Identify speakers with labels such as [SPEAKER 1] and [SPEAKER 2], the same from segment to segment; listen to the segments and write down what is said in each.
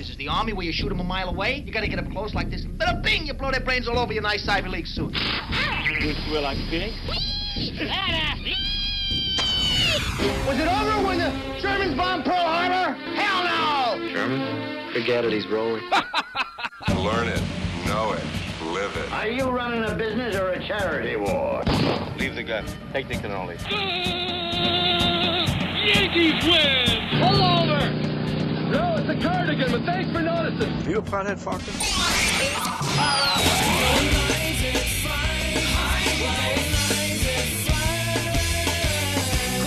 [SPEAKER 1] is the army where you shoot them a mile away. You gotta get up close like this, and bada bing, you blow their brains all over your nice Ivy League suit.
[SPEAKER 2] Will I fit?
[SPEAKER 1] Was it over when the Germans bombed Pearl Harbor? Hell no!
[SPEAKER 3] German? Forget it, he's rolling.
[SPEAKER 4] Learn it, know it, live it.
[SPEAKER 5] Are you running a business or a charity war?
[SPEAKER 4] Leave the gun. Take the cannoli.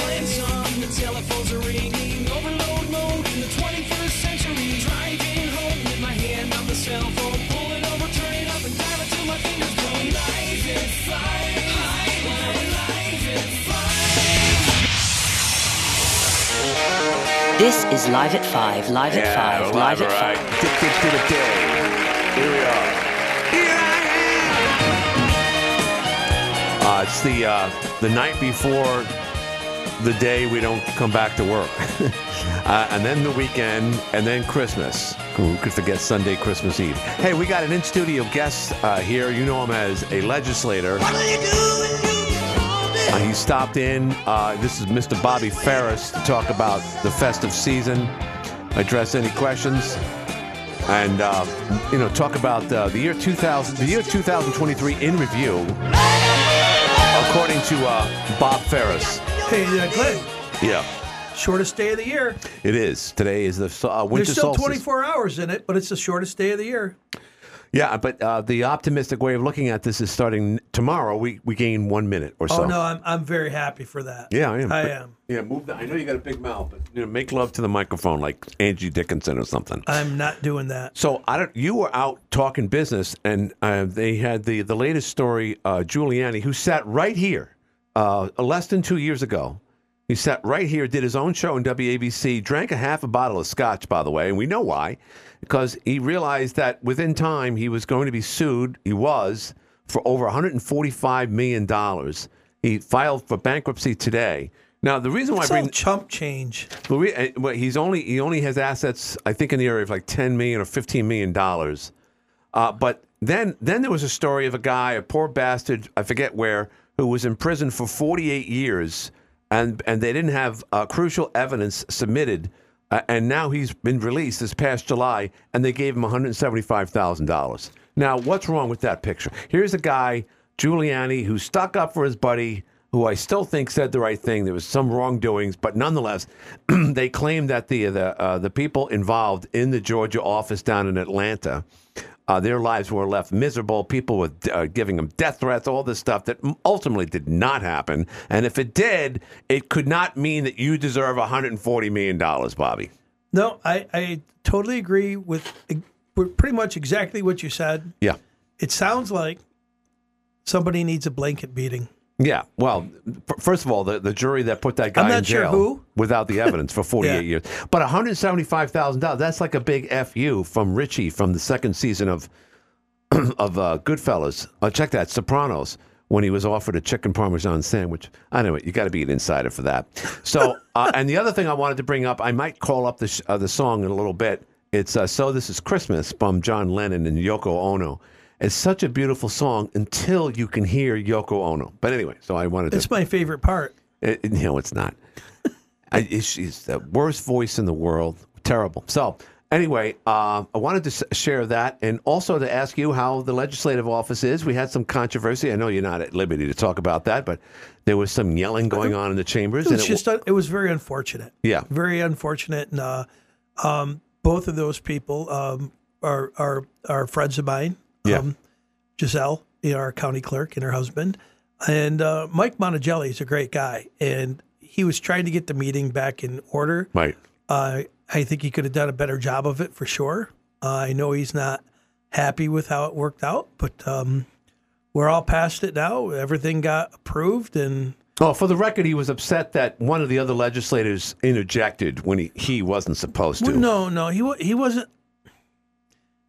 [SPEAKER 6] Plans on, the telephones are ringing. Overload mode in the 21st century. Driving home with my hand on the cell phone. Pulling over, turning up, and dial till my fingers blow. Life is fine. Highway life is
[SPEAKER 7] This is Live at Five, Live at Five, Live at Five.
[SPEAKER 8] Uh, it's the uh, the night before the day we don't come back to work, uh, and then the weekend, and then Christmas. Who could forget Sunday, Christmas Eve? Hey, we got an in studio guest uh, here. You know him as a legislator. Uh, he stopped in. Uh, this is Mr. Bobby Ferris to talk about the festive season, address any questions, and uh, you know talk about uh, the year 2000, the year 2023 in review according to uh, Bob Ferris.
[SPEAKER 9] Hey, uh, Glenn,
[SPEAKER 8] Yeah,
[SPEAKER 9] shortest day of the year.
[SPEAKER 8] it is. Today is the uh, winter
[SPEAKER 9] There's still
[SPEAKER 8] solstice.
[SPEAKER 9] 24 hours in it, but it's the shortest day of the year.
[SPEAKER 8] Yeah, but uh, the optimistic way of looking at this is starting tomorrow. We we gain one minute or so.
[SPEAKER 9] Oh no, I'm I'm very happy for that.
[SPEAKER 8] Yeah, I am.
[SPEAKER 9] I
[SPEAKER 8] But-
[SPEAKER 9] am.
[SPEAKER 8] Yeah, move that. I know you got a big mouth, but you know, make love to the microphone like Angie Dickinson or something.
[SPEAKER 9] I'm not doing that.
[SPEAKER 8] So I don't. You were out talking business, and uh, they had the the latest story. Uh, Giuliani, who sat right here uh, less than two years ago, he sat right here, did his own show on WABC, drank a half a bottle of scotch, by the way, and we know why, because he realized that within time he was going to be sued. He was for over 145 million dollars. He filed for bankruptcy today. Now the reason why
[SPEAKER 9] It's
[SPEAKER 8] I
[SPEAKER 9] all
[SPEAKER 8] bring
[SPEAKER 9] chump change.
[SPEAKER 8] but we, uh, well, he's only he only has assets I think in the area of like ten million or fifteen million dollars. Uh, but then then there was a story of a guy, a poor bastard, I forget where, who was in prison for forty eight years, and and they didn't have uh, crucial evidence submitted, uh, and now he's been released this past July, and they gave him one hundred seventy five thousand dollars. Now what's wrong with that picture? Here's a guy Giuliani who stuck up for his buddy, who I still think said the right thing. There was some wrongdoings, but nonetheless, they claim that the the uh, the people involved in the Georgia office down in Atlanta, uh, their lives were left miserable. People were uh, giving them death threats, all this stuff that ultimately did not happen. And if it did, it could not mean that you deserve 140 million dollars, Bobby.
[SPEAKER 9] No, I, I totally agree with, with pretty much exactly what you said.
[SPEAKER 8] Yeah.
[SPEAKER 9] It sounds like somebody needs a blanket beating.
[SPEAKER 8] Yeah. Well, f- first of all, the, the jury that put that guy
[SPEAKER 9] I'm not
[SPEAKER 8] in
[SPEAKER 9] sure
[SPEAKER 8] jail
[SPEAKER 9] who.
[SPEAKER 8] without the evidence for 48
[SPEAKER 9] Yeah.
[SPEAKER 8] years. But $175,000, that's like a big FU from Richie from the second season of of uh, Goodfellas. Uh, check that, Sopranos, when he was offered a chicken parmesan sandwich. Anyway, you got to be an insider for that. So, uh, and the other thing I wanted to bring up, I might call up the, sh- uh, the song in a little bit. It's uh, So This Is Christmas from John Lennon and Yoko Ono. It's such a beautiful song until you can hear Yoko Ono. But anyway, so I wanted to.
[SPEAKER 9] It's my favorite part.
[SPEAKER 8] It, it- Eh, no, it's not. I, it's, she's the worst voice in the world. Terrible. So, anyway, uh, I wanted to s- share that and also to ask you how the legislative office is. We had some controversy. I know you're not at liberty to talk about that, but there was some yelling going on in the chambers.
[SPEAKER 9] It was
[SPEAKER 8] it
[SPEAKER 9] just un- it was very unfortunate.
[SPEAKER 8] Yeah.
[SPEAKER 9] very unfortunate. And uh, um, both of those people um, are are are friends of mine.
[SPEAKER 8] Yeah.
[SPEAKER 9] Um, Giselle, you know, our county clerk, and her husband, and uh, Mike Monticelli is a great guy, and he was trying to get the meeting back in order.
[SPEAKER 8] right.
[SPEAKER 9] Uh, I think he could have done a better job of it for sure. Uh, I know he's not happy with how it worked out, but um, we're all past it now. Everything got approved, and
[SPEAKER 8] Oh, for the record, he was upset that one of the other legislators interjected when he, he wasn't supposed to.
[SPEAKER 9] Well, no, no, he wa- he wasn't.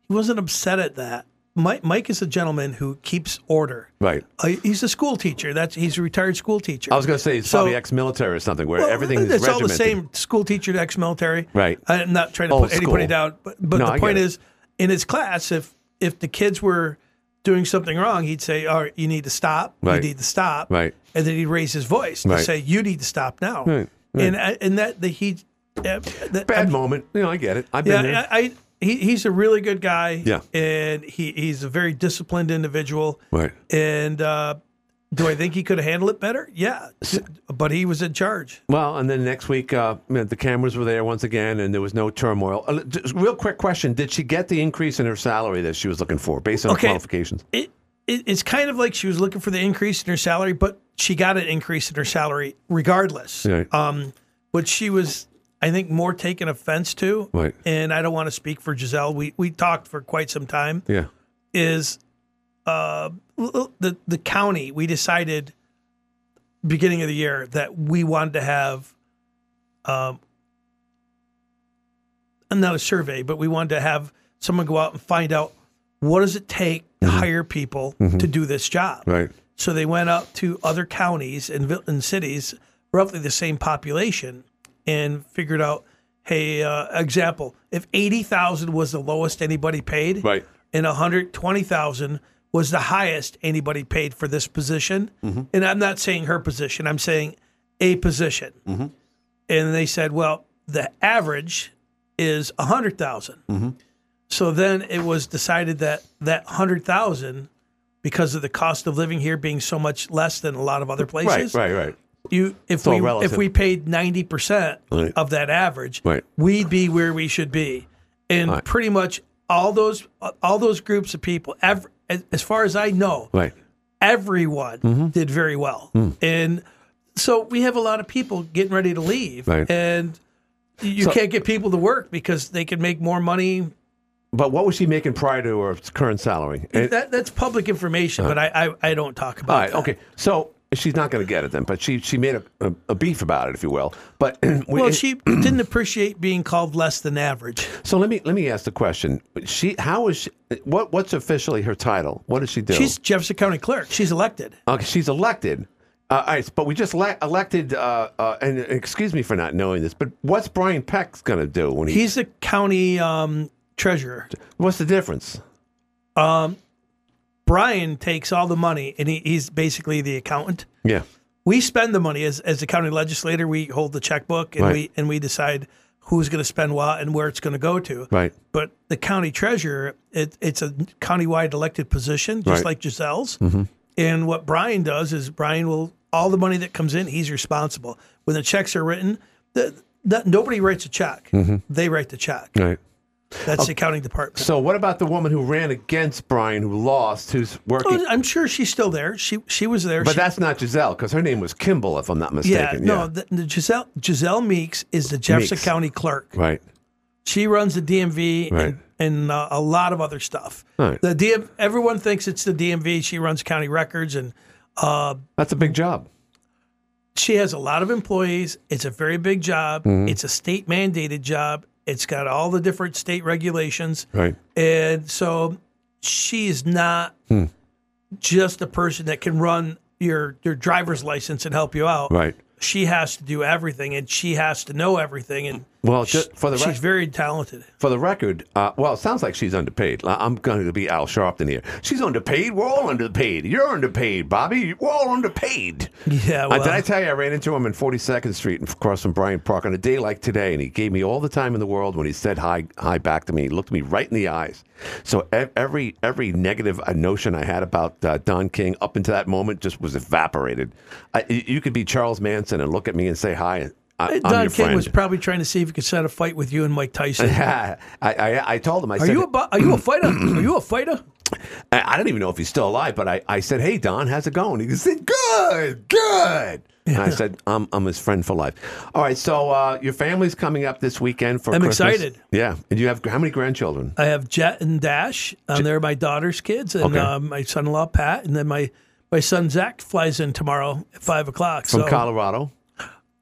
[SPEAKER 9] He wasn't upset at that. Mike, Mike is a gentleman who keeps order.
[SPEAKER 8] Right.
[SPEAKER 9] Uh, he's a school teacher. That's he's a retired school teacher.
[SPEAKER 8] I was going to say he's
[SPEAKER 9] So-
[SPEAKER 8] probably ex-military or something, where
[SPEAKER 9] Well,
[SPEAKER 8] everything is
[SPEAKER 9] it's all
[SPEAKER 8] regimented.
[SPEAKER 9] the same school teacher to ex-military
[SPEAKER 8] Right.
[SPEAKER 9] i'm not trying to
[SPEAKER 8] Old
[SPEAKER 9] put anybody
[SPEAKER 8] school.
[SPEAKER 9] down but, but
[SPEAKER 8] No, I
[SPEAKER 9] the
[SPEAKER 8] get
[SPEAKER 9] point
[SPEAKER 8] it.
[SPEAKER 9] is in his class if if the kids were doing something wrong he'd say all right you need to stop
[SPEAKER 8] Right.
[SPEAKER 9] you need to stop
[SPEAKER 8] Right.
[SPEAKER 9] and then he'd raise his voice to
[SPEAKER 8] Right.
[SPEAKER 9] say you need to stop now
[SPEAKER 8] Right, right.
[SPEAKER 9] and I, and that the he uh, that,
[SPEAKER 8] Bad
[SPEAKER 9] I'm-
[SPEAKER 8] moment. You know, I get it. I've been there.
[SPEAKER 9] yeah, I, I he, he's a really good guy.
[SPEAKER 8] Yeah.
[SPEAKER 9] and he, he's a very disciplined individual.
[SPEAKER 8] Right.
[SPEAKER 9] And uh, do I think he could handle it better? Yeah, but he was in charge.
[SPEAKER 8] Well, and then next week, uh, you know, the cameras were there once again, and there was no turmoil. Uh, just real quick question: Did she get the increase in her salary that she was looking for, based on
[SPEAKER 9] Okay.
[SPEAKER 8] her qualifications?
[SPEAKER 9] It, it it's kind of like she was looking for the increase in her salary, but she got an increase in her salary regardless.
[SPEAKER 8] Right.
[SPEAKER 9] Um, which she was, I think, more taken offense to.
[SPEAKER 8] Right.
[SPEAKER 9] And I don't want to speak for Giselle. We we talked for quite some time.
[SPEAKER 8] Yeah.
[SPEAKER 9] is uh, l- l- the the county. We decided beginning of the year that we wanted to have um, not a survey, but we wanted to have someone go out and find out what does it take to hire people to do this job.
[SPEAKER 8] Right.
[SPEAKER 9] So they went up to other counties and, vil- and cities, roughly the same population, and figured out, hey, uh, example, if 80,000 was the lowest anybody paid,
[SPEAKER 8] Right.
[SPEAKER 9] and 120,000 was the highest anybody paid for this position, and I'm not saying her position, I'm saying a position. And they said, well, the average is 100,000.
[SPEAKER 8] Mm-hmm.
[SPEAKER 9] So then it was decided that that 100,000 because of the cost of living here being so much less than a lot of other places.
[SPEAKER 8] Right. Right. Right.
[SPEAKER 9] You if
[SPEAKER 8] all
[SPEAKER 9] we
[SPEAKER 8] relative.
[SPEAKER 9] if we paid 90%
[SPEAKER 8] Right.
[SPEAKER 9] of that average,
[SPEAKER 8] Right.
[SPEAKER 9] we'd be where we should be. And
[SPEAKER 8] Right.
[SPEAKER 9] pretty much all those all those groups of people ev- as far as I know,
[SPEAKER 8] Right.
[SPEAKER 9] everyone
[SPEAKER 8] Mm-hmm.
[SPEAKER 9] did very well.
[SPEAKER 8] Mm.
[SPEAKER 9] And so we have a lot of people getting ready to leave
[SPEAKER 8] Right.
[SPEAKER 9] and you
[SPEAKER 8] So-
[SPEAKER 9] can't get people to work because they can make more money
[SPEAKER 8] But what was she making prior to her current salary? And-
[SPEAKER 9] that, that's public information, but I, I, I don't talk about
[SPEAKER 8] Uh-huh. all right.
[SPEAKER 9] that.
[SPEAKER 8] Okay. So she's not going to get it then, but she she made a, a, a beef about it, if you will. But we,
[SPEAKER 9] Well, she didn't appreciate being called less than average.
[SPEAKER 8] So let me let me ask the question: She how is she, what what's officially her title? What does she do?
[SPEAKER 9] She's Jefferson County Clerk. She's elected.
[SPEAKER 8] Okay, she's elected. Uh, all right, but we just le- elected, uh, uh, and excuse me for not knowing this, but what's Brian Peck's going to do when he?
[SPEAKER 9] He's the county um, treasurer.
[SPEAKER 8] what's the difference?
[SPEAKER 9] Brian takes all the money, and he, he's basically the accountant.
[SPEAKER 8] Yeah,
[SPEAKER 9] We spend the money as as the county legislator. We hold the checkbook, and
[SPEAKER 8] Right.
[SPEAKER 9] we and we decide who's going to spend what and where it's going to go to.
[SPEAKER 8] right,
[SPEAKER 9] But the county treasurer, it, it's a countywide elected position, just
[SPEAKER 8] Right. Mm-hmm.
[SPEAKER 9] like Giselle's. And what Brian does is Brian will all the money that comes in, he's responsible. When the checks are written, the, that nobody writes a check; they write the check.
[SPEAKER 8] Mm-hmm. right. Oh,
[SPEAKER 9] That's the accounting department.
[SPEAKER 8] So what about the woman who ran against Brian, who lost, who's working?
[SPEAKER 9] Oh, I'm sure she's still there. She she was there.
[SPEAKER 8] but
[SPEAKER 9] She-
[SPEAKER 8] that's not Giselle because her name was Kimball, if I'm not
[SPEAKER 9] yeah,
[SPEAKER 8] mistaken.
[SPEAKER 9] no. The, the Giselle Giselle Meeks is the Jefferson
[SPEAKER 8] Meeks.
[SPEAKER 9] County clerk.
[SPEAKER 8] right.
[SPEAKER 9] She runs the DMV
[SPEAKER 8] Right.
[SPEAKER 9] and, and uh, a lot of other stuff.
[SPEAKER 8] Right.
[SPEAKER 9] The DM, everyone thinks it's the DMV. She runs county records and
[SPEAKER 8] That's a big job.
[SPEAKER 9] she has a lot of employees. It's a very big job.
[SPEAKER 8] Mm-hmm.
[SPEAKER 9] It's a state mandated job. It's got all the different state regulations.
[SPEAKER 8] Right.
[SPEAKER 9] And so she is not
[SPEAKER 8] Hmm.
[SPEAKER 9] just a person that can run your your driver's license and help you out.
[SPEAKER 8] Right.
[SPEAKER 9] She has to do everything and she has to know everything and
[SPEAKER 8] Well,
[SPEAKER 9] she-
[SPEAKER 8] just for the
[SPEAKER 9] she's
[SPEAKER 8] rec-
[SPEAKER 9] very talented.
[SPEAKER 8] for the record, uh, well, it sounds like she's underpaid. I- I'm going to be Al Sharpton here. She's underpaid. We're all underpaid. You're underpaid, Bobby. We're all underpaid.
[SPEAKER 9] Yeah,
[SPEAKER 8] I-
[SPEAKER 9] well,
[SPEAKER 8] did I tell you I ran into him in 42nd Street and across from Bryant Park on a day like today, and he gave me all the time in the world when he said hi, hi back to me. He looked me right in the eyes. So e- every every negative uh, notion I had about uh, Don King up until that moment just was evaporated. I, y- you could be Charles Manson and look at me and say hi. and I, am
[SPEAKER 9] Don
[SPEAKER 8] your
[SPEAKER 9] King
[SPEAKER 8] friend.
[SPEAKER 9] was probably trying to see if he could set a fight with you and Mike Tyson.
[SPEAKER 8] I, I, I told him. I
[SPEAKER 9] Are
[SPEAKER 8] said,
[SPEAKER 9] you a bu- are you a fighter? Are you a fighter?
[SPEAKER 8] I, I don't even know if he's still alive, but I, I said, "Hey Don, how's it going?" He said, "Good, good." And I said, "I'm I'm his friend for life." All right, so uh, your family's coming up this weekend for.
[SPEAKER 9] I'm
[SPEAKER 8] Christmas.
[SPEAKER 9] excited.
[SPEAKER 8] Yeah, and you have how many grandchildren?
[SPEAKER 9] I have Jet and Dash, and they're my daughter's kids, and
[SPEAKER 8] Okay.
[SPEAKER 9] uh, my son-in-law Pat, and then my my son Zach flies in tomorrow at five o'clock.
[SPEAKER 8] From
[SPEAKER 9] so
[SPEAKER 8] Colorado.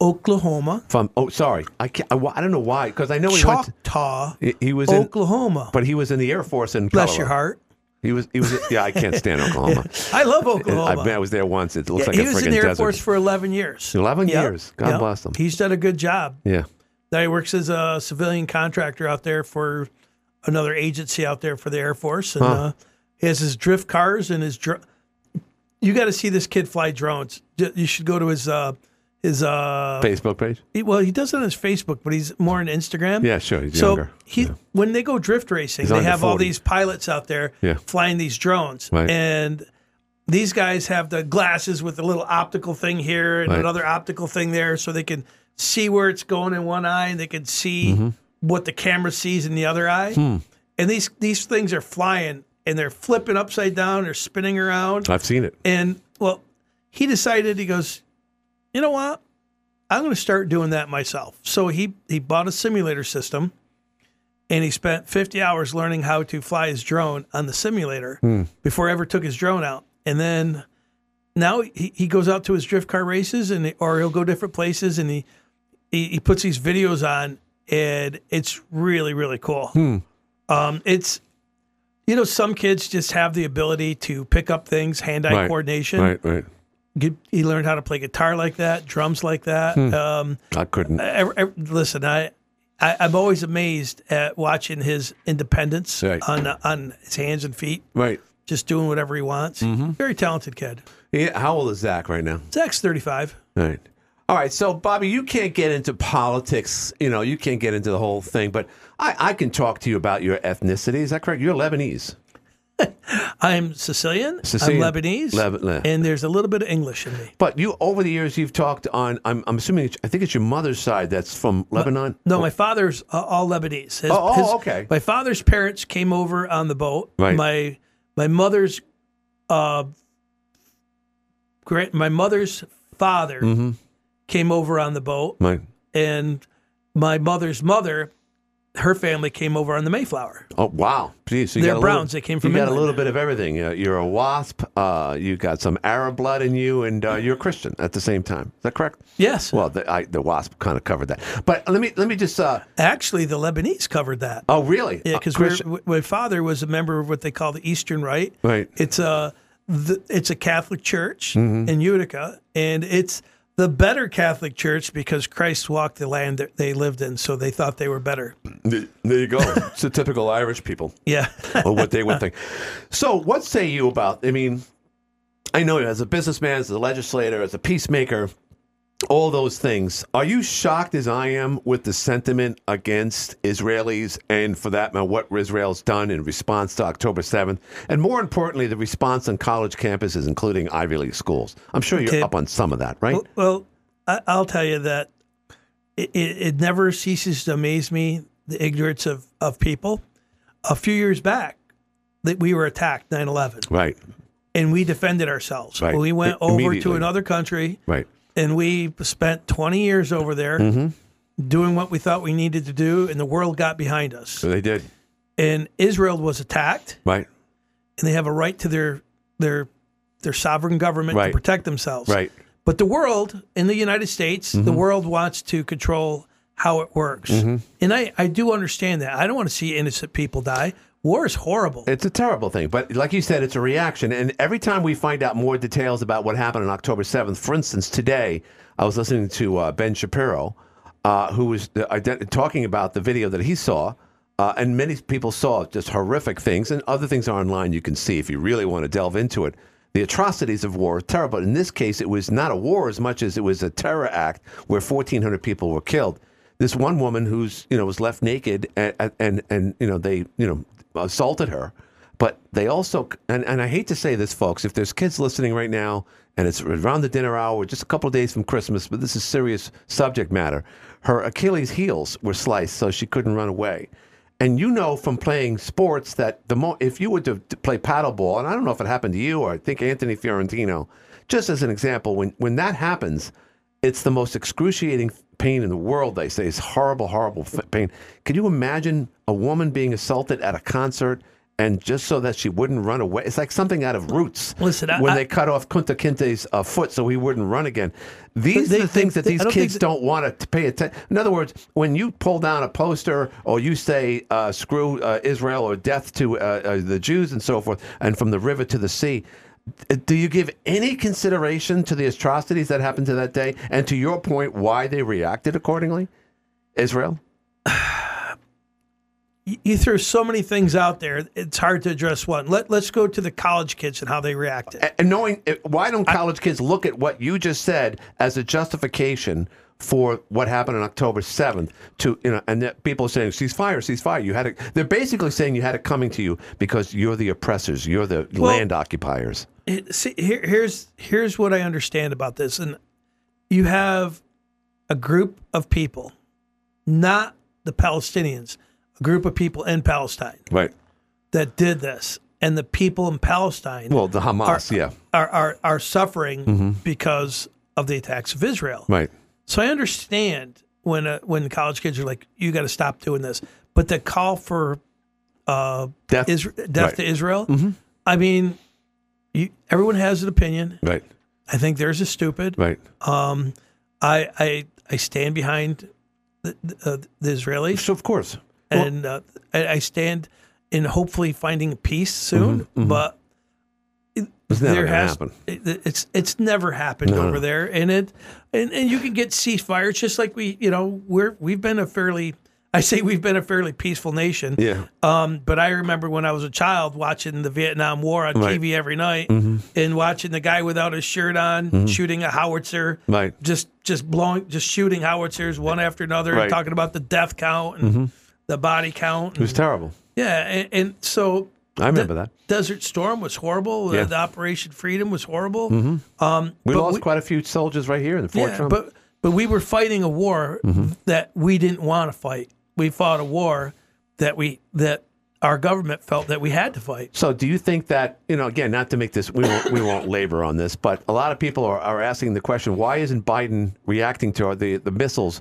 [SPEAKER 9] Oklahoma,
[SPEAKER 8] From oh, sorry, I can't, I, wa- I don't know why because I know he went.
[SPEAKER 9] Choctaw,
[SPEAKER 8] He, he was in,
[SPEAKER 9] Oklahoma.
[SPEAKER 8] but he was in the Air Force in.
[SPEAKER 9] Bless
[SPEAKER 8] Colorado.
[SPEAKER 9] your heart.
[SPEAKER 8] He was. He was. Yeah, I can't stand Oklahoma.
[SPEAKER 9] I love Oklahoma.
[SPEAKER 8] I, mean, I was there once. It looks
[SPEAKER 9] Oh,
[SPEAKER 8] like
[SPEAKER 9] Yeah, he
[SPEAKER 8] a
[SPEAKER 9] was
[SPEAKER 8] friggin'
[SPEAKER 9] in the Air
[SPEAKER 8] desert.
[SPEAKER 9] Force for 11 years.
[SPEAKER 8] 11 years. God bless him.
[SPEAKER 9] He's done a good job.
[SPEAKER 8] yeah.
[SPEAKER 9] Now he works as a civilian contractor out there for another agency out there for the Air Force, and uh, he has his drift cars and his. Dr- you got to see this kid fly drones. D- You should go to his uh, his uh,
[SPEAKER 8] Facebook page.
[SPEAKER 9] he- well, he does it on his Facebook, but he's more on Instagram.
[SPEAKER 8] Yeah, sure, he's
[SPEAKER 9] so
[SPEAKER 8] younger.
[SPEAKER 9] he
[SPEAKER 8] Yeah.
[SPEAKER 9] when they go drift racing,
[SPEAKER 8] He's
[SPEAKER 9] they
[SPEAKER 8] under
[SPEAKER 9] have all
[SPEAKER 8] 40.
[SPEAKER 9] these pilots out there
[SPEAKER 8] Yeah.
[SPEAKER 9] flying these drones,
[SPEAKER 8] Right.
[SPEAKER 9] and these guys have the glasses with a little optical thing here and
[SPEAKER 8] Right.
[SPEAKER 9] another optical thing there, so they can see where it's going in one eye, and they can see
[SPEAKER 8] Mm-hmm.
[SPEAKER 9] what the camera sees in the other eye.
[SPEAKER 8] Hmm.
[SPEAKER 9] And these these things are flying, and they're flipping upside down, they're spinning around.
[SPEAKER 8] I've seen it.
[SPEAKER 9] And well, he decided he goes, you know what? I'm going to start doing that myself. So he he bought a simulator system, and he spent 50 hours learning how to fly his drone on the simulator
[SPEAKER 8] Hmm.
[SPEAKER 9] before he ever took his drone out. And then now he, he goes out to his drift car races, and or he'll go different places, and he he, he puts these videos on, and it's really really cool.
[SPEAKER 8] Hmm.
[SPEAKER 9] Um, it's you know some kids just have the ability to pick up things, hand-eye
[SPEAKER 8] Right.
[SPEAKER 9] coordination.
[SPEAKER 8] Right. Right.
[SPEAKER 9] Get- He learned how to play guitar like that, drums like that.
[SPEAKER 8] Hmm.
[SPEAKER 9] Um,
[SPEAKER 8] I couldn't.
[SPEAKER 9] ev- ev- listen, I, I I'm always amazed at watching his independence
[SPEAKER 8] Right.
[SPEAKER 9] on on his hands and feet,
[SPEAKER 8] Right.
[SPEAKER 9] just doing whatever he wants.
[SPEAKER 8] Mm-hmm.
[SPEAKER 9] Very talented kid.
[SPEAKER 8] Yeah, how old is Zach right now?
[SPEAKER 9] Zach's 35.
[SPEAKER 8] All right. All right. So, Bobby, you can't get into politics. You know, you can't get into the whole thing, but I, I can talk to you about your ethnicity. Is that correct? You're Lebanese.
[SPEAKER 9] I'm Sicilian.
[SPEAKER 8] Sicilian.
[SPEAKER 9] I'm Lebanese,
[SPEAKER 8] Leb- le-
[SPEAKER 9] and there's a little bit of English in me.
[SPEAKER 8] But you, over the years, you've talked on, I'm, I'm assuming, it's, I think it's your mother's side that's from Lebanon.
[SPEAKER 9] No, my father's uh, all Lebanese. His,
[SPEAKER 8] Oh, oh, okay.
[SPEAKER 9] My father's parents came over on the boat.
[SPEAKER 8] Right.
[SPEAKER 9] My my mother's uh, great. My mother's father
[SPEAKER 8] Mm-hmm.
[SPEAKER 9] came over on the boat,
[SPEAKER 8] My,
[SPEAKER 9] and my mother's mother, her family came over on the Mayflower.
[SPEAKER 8] oh, wow. Geez, so you
[SPEAKER 9] They're
[SPEAKER 8] got a
[SPEAKER 9] Browns.
[SPEAKER 8] Little,
[SPEAKER 9] They came from
[SPEAKER 8] You got
[SPEAKER 9] England.
[SPEAKER 8] a little bit of everything. Uh, you're a WASP. Uh, you got some Arab blood in you, and uh, you're a Christian at the same time. Is that correct?
[SPEAKER 9] Yes.
[SPEAKER 8] Well, the, I, the WASP kind of covered that. But let me, let me just, uh,
[SPEAKER 9] actually, the Lebanese covered that.
[SPEAKER 8] oh, really?
[SPEAKER 9] Yeah,
[SPEAKER 8] Uh,
[SPEAKER 9] because
[SPEAKER 8] Christian-
[SPEAKER 9] my father was a member of what they call the Eastern Rite.
[SPEAKER 8] Right.
[SPEAKER 9] It's a the, it's a Catholic church in Utica, and it's the better Catholic church because Christ walked the land that they lived in, so they thought they were better.
[SPEAKER 8] There there you go. it's the typical Irish people,
[SPEAKER 9] Yeah.
[SPEAKER 8] or what they would think. So, what say you about? I mean, I know as a businessman, as a legislator, as a peacemaker, all those things. Are you shocked as I am with the sentiment against Israelis and, for that matter, what Israel's done in response to October seventh, and more importantly, the response on college campuses, including Ivy League schools? I'm sure you're
[SPEAKER 9] Okay.
[SPEAKER 8] up on some of that, right?
[SPEAKER 9] well, I, I'll tell you that it, it, it never ceases to amaze me the ignorance of of people. A few years back, that we were attacked 9-11,
[SPEAKER 8] right,
[SPEAKER 9] and we defended ourselves.
[SPEAKER 8] Right.
[SPEAKER 9] We went
[SPEAKER 8] I-
[SPEAKER 9] over to
[SPEAKER 8] immediately.
[SPEAKER 9] another country.
[SPEAKER 8] right.
[SPEAKER 9] and we spent 20 years over there
[SPEAKER 8] Mm-hmm.
[SPEAKER 9] doing what we thought we needed to do, and the world got behind us.
[SPEAKER 8] So they did,
[SPEAKER 9] And Israel was attacked,
[SPEAKER 8] right,
[SPEAKER 9] and they have a right to their their their sovereign government to
[SPEAKER 8] Right.
[SPEAKER 9] protect themselves.
[SPEAKER 8] right. Mm-hmm.
[SPEAKER 9] But the world in the United States, the world wants to control how it works, and I I do understand that. I don't want to see innocent people die. War is horrible.
[SPEAKER 8] It's a terrible thing, but like you said, it's a reaction. And every time we find out more details about what happened on October 7th, for instance, today I was listening to uh, Ben Shapiro, uh, who was uh, ident- talking about the video that he saw, uh, and many people saw just horrific things, and other things are online you can see if you really want to delve into it. The atrocities of war are terrible. In this case, it was not a war as much as it was a terror act where 1,400 people were killed this one woman who's you know was left naked and and and you know they you know assaulted her but they also and, and i hate to say this folks if there's kids listening right now and it's around the dinner hour just a couple of days from christmas but this is serious subject matter her achilles heels were sliced so she couldn't run away and you know from playing sports that the more if you were to, to play paddleball, and I don't know if it happened to you or I think Anthony Fiorentino, just as an example, when when that happens, it's the most excruciating pain in the world. They say it's horrible, horrible f- pain. Can you imagine a woman being assaulted at a concert and just so that she wouldn't run away. It's like something out of Roots.
[SPEAKER 9] Listen, I-
[SPEAKER 8] when
[SPEAKER 9] I-
[SPEAKER 8] they cut off Kunta Kinte's uh, foot so he wouldn't run again. These
[SPEAKER 9] they-
[SPEAKER 8] are the things
[SPEAKER 9] they-
[SPEAKER 8] that these
[SPEAKER 9] I don't think
[SPEAKER 8] kids
[SPEAKER 9] that-
[SPEAKER 8] don't want to pay attention. In other words, when you pull down a poster or you say uh, "screw uh, Israel" or "death to uh, uh, the Jews" and so forth, and from the river to the sea. d- Do you give any consideration to the atrocities that happened to that day and to your point why they reacted accordingly? Israel?
[SPEAKER 9] you- you threw so many things out there. It's hard to address one. Let Let's go to the college kids and how they reacted.
[SPEAKER 8] A- And knowing eh, why don't college kids look at what you just said as a justification for what happened on October seventh? To you know, and that people are saying ceasefire, ceasefire. You had it. They're basically saying you had it coming to you because you're the oppressors, you're the land occupiers.
[SPEAKER 9] it- see here, here's here's what I understand about this, and you have a group of people, not the Palestinians, a group of people in Palestine
[SPEAKER 8] Right.
[SPEAKER 9] that did this, and the people in Palestine
[SPEAKER 8] Well, the Hamas.
[SPEAKER 9] are,
[SPEAKER 8] yeah. Mm-hmm.
[SPEAKER 9] are are are suffering because of the attacks of Israel.
[SPEAKER 8] Right.
[SPEAKER 9] So I understand when uh, when college kids are like, "You got to stop doing this," but the call for
[SPEAKER 8] Death.
[SPEAKER 9] Isra- death
[SPEAKER 8] right. Mm-hmm.
[SPEAKER 9] to Israel. I mean, you, everyone has an opinion.
[SPEAKER 8] Right.
[SPEAKER 9] I think theirs is stupid.
[SPEAKER 8] Right.
[SPEAKER 9] I I I stand behind the, the, uh, the Israelis,
[SPEAKER 8] So of course.
[SPEAKER 9] and uh, I, I stand in hopefully finding peace soon. But
[SPEAKER 8] Mm-hmm, It's never
[SPEAKER 9] there
[SPEAKER 8] gonna
[SPEAKER 9] has
[SPEAKER 8] happen.
[SPEAKER 9] it- it's it's never happened over there, and it and, and you can get ceasefire. It's just like we you know we're we've been a fairly I say we've been a fairly peaceful nation.
[SPEAKER 8] Yeah.
[SPEAKER 9] Um, but I remember when I was a child watching the Vietnam War on
[SPEAKER 8] Right. Mm-hmm.
[SPEAKER 9] TV every night and watching the guy without his shirt on shooting a howitzer,
[SPEAKER 8] Right.
[SPEAKER 9] just just blowing, just shooting howitzers one after another,
[SPEAKER 8] Right. Mm-hmm.
[SPEAKER 9] and talking about the death count and the body count.
[SPEAKER 8] It was
[SPEAKER 9] and-
[SPEAKER 8] terrible.
[SPEAKER 9] yeah, and, and so
[SPEAKER 8] I remember that.
[SPEAKER 9] Desert Storm was horrible.
[SPEAKER 8] Yeah.
[SPEAKER 9] The Operation Freedom was horrible.
[SPEAKER 8] We
[SPEAKER 9] but
[SPEAKER 8] lost
[SPEAKER 9] we-
[SPEAKER 8] quite a few soldiers right here in the Fort
[SPEAKER 9] Yeah,
[SPEAKER 8] Trump. Mm-hmm.
[SPEAKER 9] but but we were fighting a war that we didn't want to fight. We fought a war that we that our government felt that we had to fight.
[SPEAKER 8] So, do you think that you know? Again, not to make this, we won't, we won't labor on this, but a lot of people are, are asking the question: Why isn't Biden reacting to the the missiles,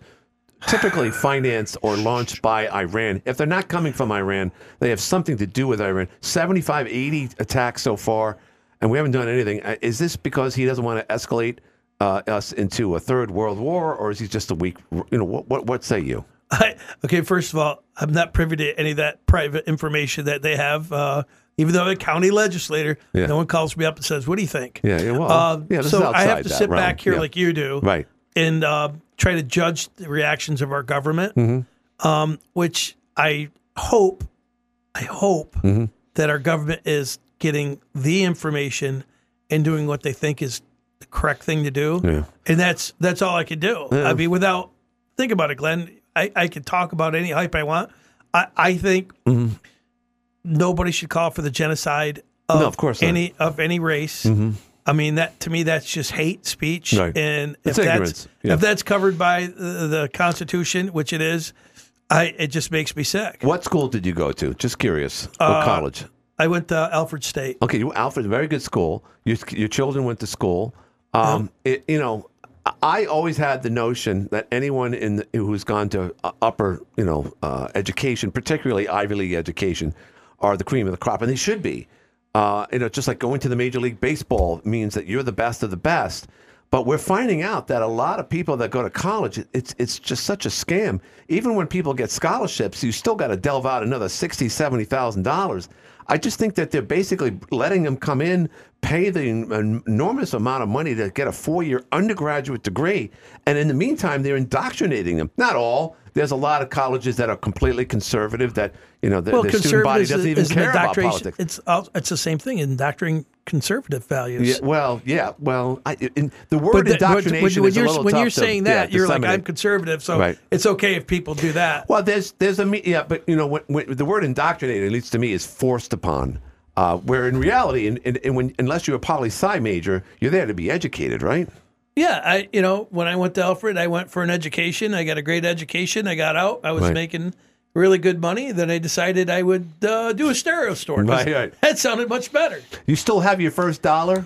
[SPEAKER 8] typically financed or launched by Iran? If they're not coming from Iran, they have something to do with Iran. 75, 80 attacks so far, and we haven't done anything. Uh, Is this because he doesn't want to escalate uh, us into a third world war, or is he just a weak? You know, what what, what say you?
[SPEAKER 9] I, okay, first of all, I'm not privy to any of that private information that they have. Uh, even though I'm a county legislator,
[SPEAKER 8] Yeah.
[SPEAKER 9] no one calls me up and says, "What do you think?"
[SPEAKER 8] Yeah, yeah, well,
[SPEAKER 9] Um,
[SPEAKER 8] yeah, this
[SPEAKER 9] so
[SPEAKER 8] is
[SPEAKER 9] I have
[SPEAKER 8] outside
[SPEAKER 9] to
[SPEAKER 8] that
[SPEAKER 9] sit
[SPEAKER 8] realm,
[SPEAKER 9] back here
[SPEAKER 8] yeah.
[SPEAKER 9] like you do,
[SPEAKER 8] Right.
[SPEAKER 9] and uh, try to judge the reactions of our government,
[SPEAKER 8] Mm-hmm.
[SPEAKER 9] um, which I hope, I hope
[SPEAKER 8] Mm-hmm.
[SPEAKER 9] that our government is getting the information and doing what they think is the correct thing to do,
[SPEAKER 8] Yeah.
[SPEAKER 9] and that's that's all I can do. I mean, without think about it, Glenn, I I can talk about any hype I want. I I think
[SPEAKER 8] Mm-hmm.
[SPEAKER 9] nobody should call for the genocide of,
[SPEAKER 8] No, of course not. Mm-hmm.
[SPEAKER 9] any of any race. I mean that to me that's just hate speech
[SPEAKER 8] Right.
[SPEAKER 9] and
[SPEAKER 8] It's
[SPEAKER 9] if that's
[SPEAKER 8] ignorance. Yeah.
[SPEAKER 9] if that's covered by the, the Constitution, which it is, I it just makes me sick.
[SPEAKER 8] What school did you go to? Just curious. What college?
[SPEAKER 9] I went to Alfred State.
[SPEAKER 8] Okay, you Alfred, very good school. Your your children went to school. Um, it, you know, I- I always had the notion that anyone in the, who's gone to uh, upper, you know, uh, education, particularly Ivy League education, are the cream of the crop, and they should be. Uh, you know, just like going to the Major League Baseball means that you're the best of the best. But we're finding out that a lot of people that go to college, it- it's it's just such a scam. Even when people get scholarships, you still got to delve out another sixty, seventy thousand dollars. I just think that they're basically letting them come in, pay the en- enormous amount of money to get a four-year undergraduate degree, and in the meantime, they're indoctrinating them. Not all. There's a lot of colleges that are completely conservative. That you know, the, the student body
[SPEAKER 9] conservatives
[SPEAKER 8] doesn't even
[SPEAKER 9] is an
[SPEAKER 8] care about
[SPEAKER 9] indoctrination-
[SPEAKER 8] politics.
[SPEAKER 9] It's all- it's the same thing, indoctrinating conservative values.
[SPEAKER 8] Yeah, well, yeah, well, I, in, the word
[SPEAKER 9] the-
[SPEAKER 8] indoctrination
[SPEAKER 9] when
[SPEAKER 8] is a
[SPEAKER 9] you're,
[SPEAKER 8] little
[SPEAKER 9] when
[SPEAKER 8] tough
[SPEAKER 9] you're
[SPEAKER 8] to,
[SPEAKER 9] saying
[SPEAKER 8] yeah,
[SPEAKER 9] that, you're like,
[SPEAKER 8] disseminate.
[SPEAKER 9] I'm conservative, so
[SPEAKER 8] Right.
[SPEAKER 9] it's okay if people do that.
[SPEAKER 8] Well, there's there's a me- yeah, but you know when, when the word indoctrinated, at least to me, is forced upon. Uh, where in reality, and, and, and when unless you're a poli sci major, you're there to be educated, right?
[SPEAKER 9] Yeah, I you know when I went to Alfred, I went for an education. I got a great education. I got out. I was
[SPEAKER 8] Right.
[SPEAKER 9] making really good money. Then I decided I would uh, do a stereo store. 'cause
[SPEAKER 8] Right, right.
[SPEAKER 9] That sounded much better.
[SPEAKER 8] You still have your first dollar,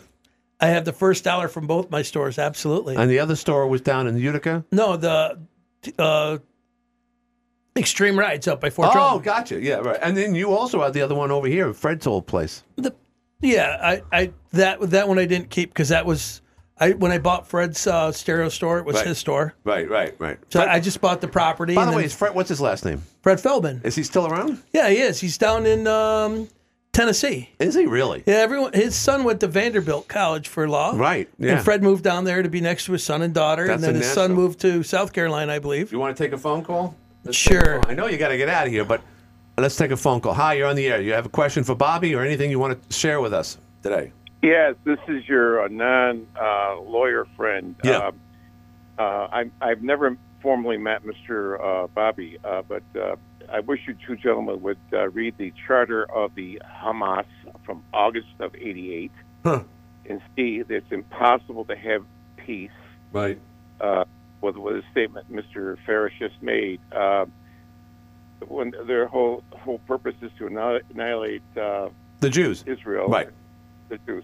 [SPEAKER 9] I have the first dollar from both my stores. Absolutely.
[SPEAKER 8] and the other store was down in Utica.
[SPEAKER 9] no, the uh, I think Extreme Rides up by Fort
[SPEAKER 8] Oh,
[SPEAKER 9] Trumbull.
[SPEAKER 8] gotcha. Yeah, right. And then you also had the other one over here, Fred's old place.
[SPEAKER 9] The- yeah, I, I that that one I didn't keep because that was I when I bought Fred's uh, stereo store. It was
[SPEAKER 8] Right.
[SPEAKER 9] his store,
[SPEAKER 8] Right, right, right.
[SPEAKER 9] so
[SPEAKER 8] Fred-
[SPEAKER 9] I just bought the property.
[SPEAKER 8] by
[SPEAKER 9] and
[SPEAKER 8] the way,
[SPEAKER 9] then
[SPEAKER 8] is Fred, what's his last name?
[SPEAKER 9] Fred Feldman.
[SPEAKER 8] Is he still around?
[SPEAKER 9] Yeah, he is. He's down in um, Tennessee.
[SPEAKER 8] Is he really?
[SPEAKER 9] Yeah, everyone. His son went to Vanderbilt College for law.
[SPEAKER 8] Right, yeah.
[SPEAKER 9] And Fred moved down there to be next to his son and daughter,
[SPEAKER 8] That's
[SPEAKER 9] and then
[SPEAKER 8] in
[SPEAKER 9] his son
[SPEAKER 8] Nashville.
[SPEAKER 9] moved to South Carolina, I believe.
[SPEAKER 8] You want to take a phone call? Let's take a
[SPEAKER 9] Sure.
[SPEAKER 8] phone- I know you got to get out of here, but let's take a phone call. Hi, you're on the air. You have a question for Bobby or anything you want to share with us today?
[SPEAKER 10] Yes, this is your uh, non-lawyer friend.
[SPEAKER 8] Yeah.
[SPEAKER 10] Uh, uh, I'm, I've never formally met Mr. Uh, Bobby, uh, but uh, I wish you two gentlemen would uh, read the charter of the Hamas from August of '88
[SPEAKER 8] Huh.
[SPEAKER 10] and see that it's impossible to have peace
[SPEAKER 8] Right.
[SPEAKER 10] uh, with, with a statement Mr. Farish just made. Uh, when their whole whole purpose is to anni- annihilate uh,
[SPEAKER 8] The Jews.
[SPEAKER 10] Israel,
[SPEAKER 8] Right.
[SPEAKER 10] the Jews.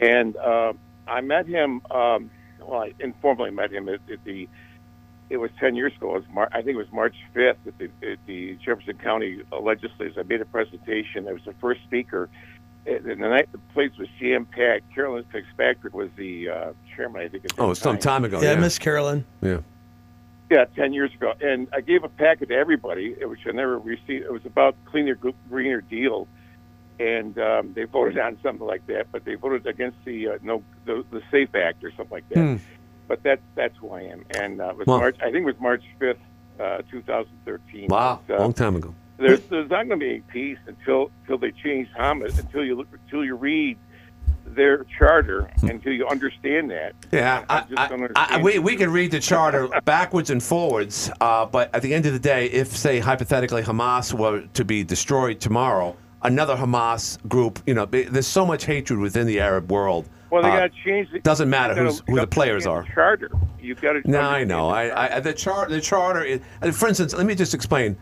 [SPEAKER 10] And uh, I met him. Um, well, I informally met him at, at the. It was ten years ago. It was Mar- I think it was March fifth at the, at the Jefferson County Legislators. I made a presentation. I was the first speaker. And the night the place was jam packed. Carolyn Fitzpatrick was the uh, chairman. I think. At that
[SPEAKER 8] Oh, some time ago.
[SPEAKER 9] yeah,
[SPEAKER 8] Yeah.
[SPEAKER 9] Miss Carolyn.
[SPEAKER 8] yeah.
[SPEAKER 10] yeah, ten years ago, and I gave a packet to everybody, which I never received. It was about cleaner, gr- greener deal, and um, they voted on something like that, but they voted against the uh, no the, the Safe Act or something like that.
[SPEAKER 8] Hmm.
[SPEAKER 10] But that's that's who I am, and uh, it was
[SPEAKER 8] Wow.
[SPEAKER 10] March. I think it was March fifth, uh, two thousand thirteen.
[SPEAKER 8] Wow.
[SPEAKER 10] So
[SPEAKER 8] Long time ago.
[SPEAKER 10] there's there's not going to be any peace until until they change Hamas, until you look, until you read their charter, until you understand that.
[SPEAKER 8] Hmm. Yeah,
[SPEAKER 10] I
[SPEAKER 8] I,
[SPEAKER 10] just don't
[SPEAKER 8] I, I,
[SPEAKER 10] understand.
[SPEAKER 8] we, we can read the charter backwards and forwards, uh, but at the end of the day, if, say, hypothetically, Hamas were to be destroyed tomorrow, another Hamas group, you know, be- there's so much hatred within the Arab world.
[SPEAKER 10] Well, they
[SPEAKER 8] uh,
[SPEAKER 10] got to change. The,
[SPEAKER 8] doesn't matter
[SPEAKER 10] you gotta-
[SPEAKER 8] who's- who the players
[SPEAKER 10] understand
[SPEAKER 8] are.
[SPEAKER 10] the Charter. You've got to.
[SPEAKER 8] No, I know. I, I the chart the charter. Is, uh, for instance, let me just explain.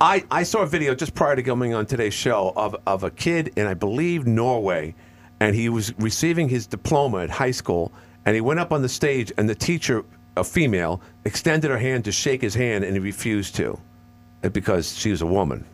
[SPEAKER 8] I, I saw a video just prior to coming on today's show of of a kid in I believe Norway, and he was receiving his diploma at high school, and he went up on the stage, and the teacher, a female, extended her hand to shake his hand, and he refused to, uh, because she was a woman,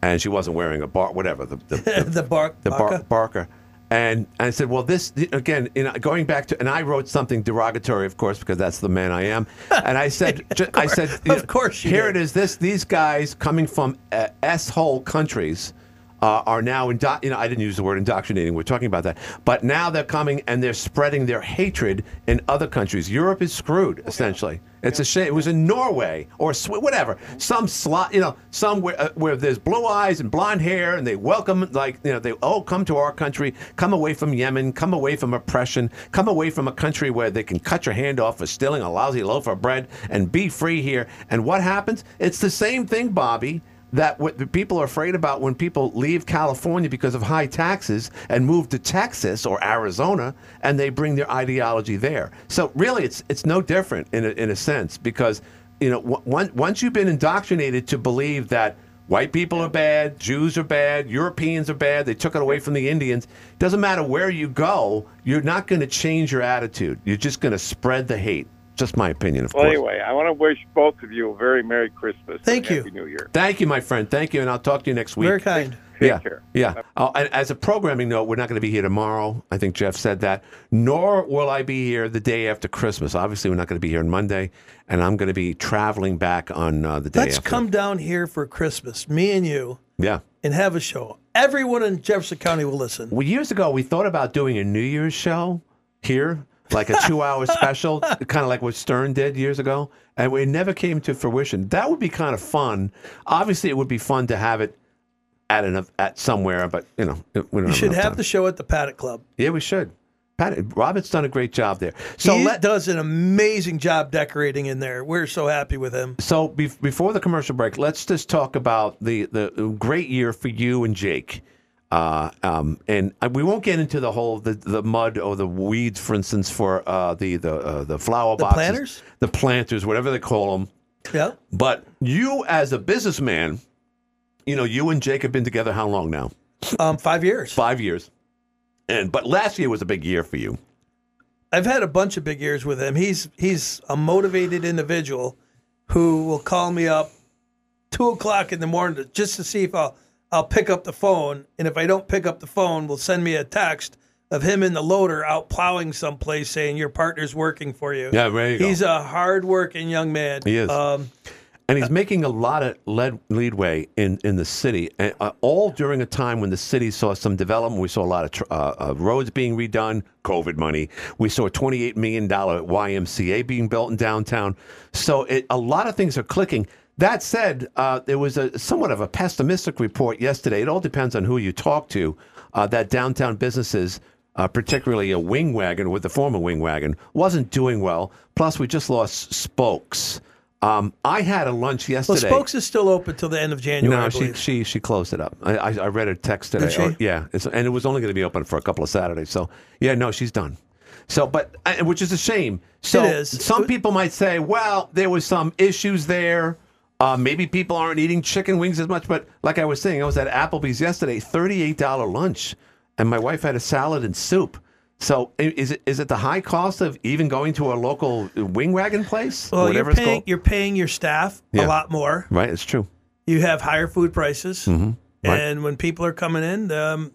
[SPEAKER 8] and she wasn't wearing a bar whatever the, the, the
[SPEAKER 9] The bark.
[SPEAKER 8] the Bar-
[SPEAKER 9] Barca.
[SPEAKER 8] Barker. And, and I said, well, this th- again, you know, going back to, and I wrote something derogatory, of course, because that's the man I am. And I said, ju- I said, you
[SPEAKER 9] Of course you
[SPEAKER 8] here
[SPEAKER 9] did.
[SPEAKER 8] it is. This these guys coming from uh, s-hole countries uh, are now indo- You know, I didn't use the word indoctrinating. We're talking about that, but now they're coming and they're spreading their hatred in other countries. Europe is screwed essentially. It's a shame. It was in Norway or Swe- whatever, some slot, you know, somewhere uh, where there's blue eyes and blonde hair, and they welcome like you know they oh come to our country, come away from Yemen, come away from oppression, come away from a country where they can cut your hand off for stealing a lousy loaf of bread and be free here. And what happens? It's the same thing, Bobby. That what the people are afraid about when people leave California because of high taxes and move to Texas or Arizona, and they bring their ideology there. So really, it's it's no different in a, in a sense because you know w- once once you've been indoctrinated to believe that White people are bad, Jews are bad, Europeans are bad. They took it away from the Indians. Doesn't matter where you go, you're not going to change your attitude. You're just going to spread the hate. Just my opinion, of
[SPEAKER 10] Well,
[SPEAKER 8] course.
[SPEAKER 10] anyway, I want to wish both of you a very Merry Christmas.
[SPEAKER 9] Thank you.
[SPEAKER 10] and Happy New Year.
[SPEAKER 8] Thank you, my friend. Thank you, and I'll talk to you next week.
[SPEAKER 9] Very kind.
[SPEAKER 10] Take
[SPEAKER 8] yeah,
[SPEAKER 10] care.
[SPEAKER 8] yeah. Oh, and as a programming note, we're not going to be here tomorrow. I think Jeff said that. Nor will I be here the day after Christmas. Obviously, we're not going to be here on Monday, and I'm going to be traveling back on uh, the day.
[SPEAKER 9] Let's
[SPEAKER 8] after.
[SPEAKER 9] come down here for Christmas, me and you,
[SPEAKER 8] Yeah.
[SPEAKER 9] and have a show. Everyone in Jefferson County will listen.
[SPEAKER 8] Well, years ago, we thought about doing a New Year's show here, like a two-hour special, kind of like what Stern did years ago, and it never came to fruition. That would be kind of fun. Obviously, it would be fun to have it at an at somewhere, but you know, we don't
[SPEAKER 9] You should
[SPEAKER 8] enough
[SPEAKER 9] have
[SPEAKER 8] time.
[SPEAKER 9] the show at the Paddock Club.
[SPEAKER 8] Yeah, we should. Pat, Robert's done a great job there.
[SPEAKER 9] So
[SPEAKER 8] So
[SPEAKER 9] he
[SPEAKER 8] let
[SPEAKER 9] does an amazing job decorating in there. We're so happy with him.
[SPEAKER 8] so be, before the commercial break, let's just talk about the the great year for you and Jake. Uh, um, and I- we won't get into the whole the, the mud or the weeds, for instance, for uh, the the uh, the flower
[SPEAKER 9] The
[SPEAKER 8] boxes,
[SPEAKER 9] planters?
[SPEAKER 8] the planters, whatever they call them.
[SPEAKER 9] Yeah.
[SPEAKER 8] But you, as a businessman, you know, you and Jake have been together how long now?
[SPEAKER 9] Um, five years.
[SPEAKER 8] Five years. And but last year was a big year for you.
[SPEAKER 9] I've had a bunch of big years with him. He's he's a motivated individual who will call me up two o'clock in the morning to, just to see if I'll I'll pick up the phone. And if I don't pick up the phone, will send me a text of him in the loader out plowing someplace, saying your partner's working for you.
[SPEAKER 8] Yeah, there you go.
[SPEAKER 9] He's a hardworking young man.
[SPEAKER 8] He is.
[SPEAKER 9] Um,
[SPEAKER 8] and he's making a lot of lead, leadway in, in the city, and uh, all during a time when the city saw some development. We saw a lot of tr- uh, uh, roads being redone, COVID money. We saw a $28 million YMCA being built in downtown. So it, a lot of things are clicking. That said, uh, there was a somewhat of a pessimistic report yesterday. It all depends on who you talk to. Uh, that downtown businesses, uh, particularly a wing wagon with the former wing wagon, wasn't doing well. Plus, we just lost Spokes. Um, I had a lunch
[SPEAKER 9] well,
[SPEAKER 8] yesterday.
[SPEAKER 9] Spokes is still open till the end of January. I
[SPEAKER 8] No, she,
[SPEAKER 9] believe.
[SPEAKER 8] she she closed it up. I, I, I read her text today.
[SPEAKER 9] Did she?
[SPEAKER 8] Or- yeah, it's, and it was only going to be open for a couple of Saturdays. So yeah, no, she's done. So, but and- which is a shame. So
[SPEAKER 9] It is.
[SPEAKER 8] some people might say, well, there was some issues there. Uh, maybe people aren't eating chicken wings as much. But like I was saying, I was at Applebee's yesterday, thirty-eight dollar lunch, and my wife had a salad and soup. So i- is it is it the high cost of even going to a local wing wagon place,
[SPEAKER 9] well,
[SPEAKER 8] whatever
[SPEAKER 9] you're paying
[SPEAKER 8] it's called?
[SPEAKER 9] you're paying your staff
[SPEAKER 8] Yeah.
[SPEAKER 9] a lot more.
[SPEAKER 8] Right, it's true.
[SPEAKER 9] you have higher food prices,
[SPEAKER 8] Mm-hmm. Right.
[SPEAKER 9] and when people are coming in, um,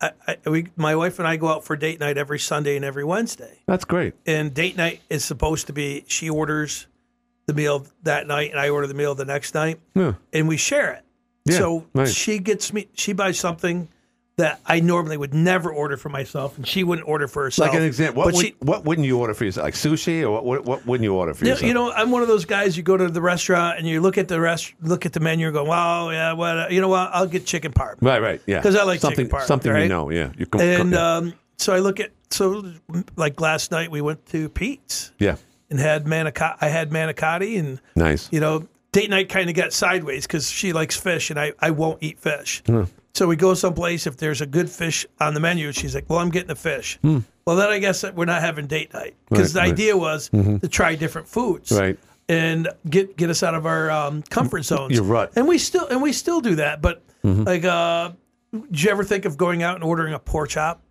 [SPEAKER 9] I, I, we, my wife and I go out for date night every Sunday and every Wednesday.
[SPEAKER 8] That's great.
[SPEAKER 9] And date night is supposed to be she orders the meal that night, and I order the meal the next night,
[SPEAKER 8] Yeah.
[SPEAKER 9] and we share it.
[SPEAKER 8] Yeah,
[SPEAKER 9] so
[SPEAKER 8] right.
[SPEAKER 9] she gets me she buys something that I normally would never order for myself, and she wouldn't order for herself.
[SPEAKER 8] Like an example, what
[SPEAKER 9] But
[SPEAKER 8] would,
[SPEAKER 9] she-
[SPEAKER 8] what wouldn't you order for yourself? Like sushi, or what, what, what wouldn't you order for
[SPEAKER 9] Yeah,
[SPEAKER 8] yourself?
[SPEAKER 9] you know, I'm one of those guys. You go to the restaurant and you look at the rest, look at the menu, and go, "Wow, yeah, what? You know what? I'll get chicken parm."
[SPEAKER 8] right, right, yeah.
[SPEAKER 9] 'Cause I like
[SPEAKER 8] something,
[SPEAKER 9] chicken parm,
[SPEAKER 8] something we
[SPEAKER 9] right?
[SPEAKER 8] know. Yeah, you can,
[SPEAKER 9] And
[SPEAKER 8] yeah.
[SPEAKER 9] um, so I look at so like last night we went to Pete's
[SPEAKER 8] yeah,
[SPEAKER 9] and had manicotti. I had manicotti, and
[SPEAKER 8] nice.
[SPEAKER 9] you know, date night kind of got sideways because she likes fish, and I I won't eat fish. So we go someplace if there's a good fish on the menu. She's like, "Well, I'm getting the fish." Well, then I guess that we're not having date night because
[SPEAKER 8] Hmm. Right, right.
[SPEAKER 9] the
[SPEAKER 8] Mm-hmm.
[SPEAKER 9] idea was to try different foods,
[SPEAKER 8] Right.
[SPEAKER 9] And get get us out of our um, comfort zones.
[SPEAKER 8] Your rut.
[SPEAKER 9] And we still and we still do that, but
[SPEAKER 8] Mm-hmm.
[SPEAKER 9] like, uh, did you ever think of going out and ordering a pork chop?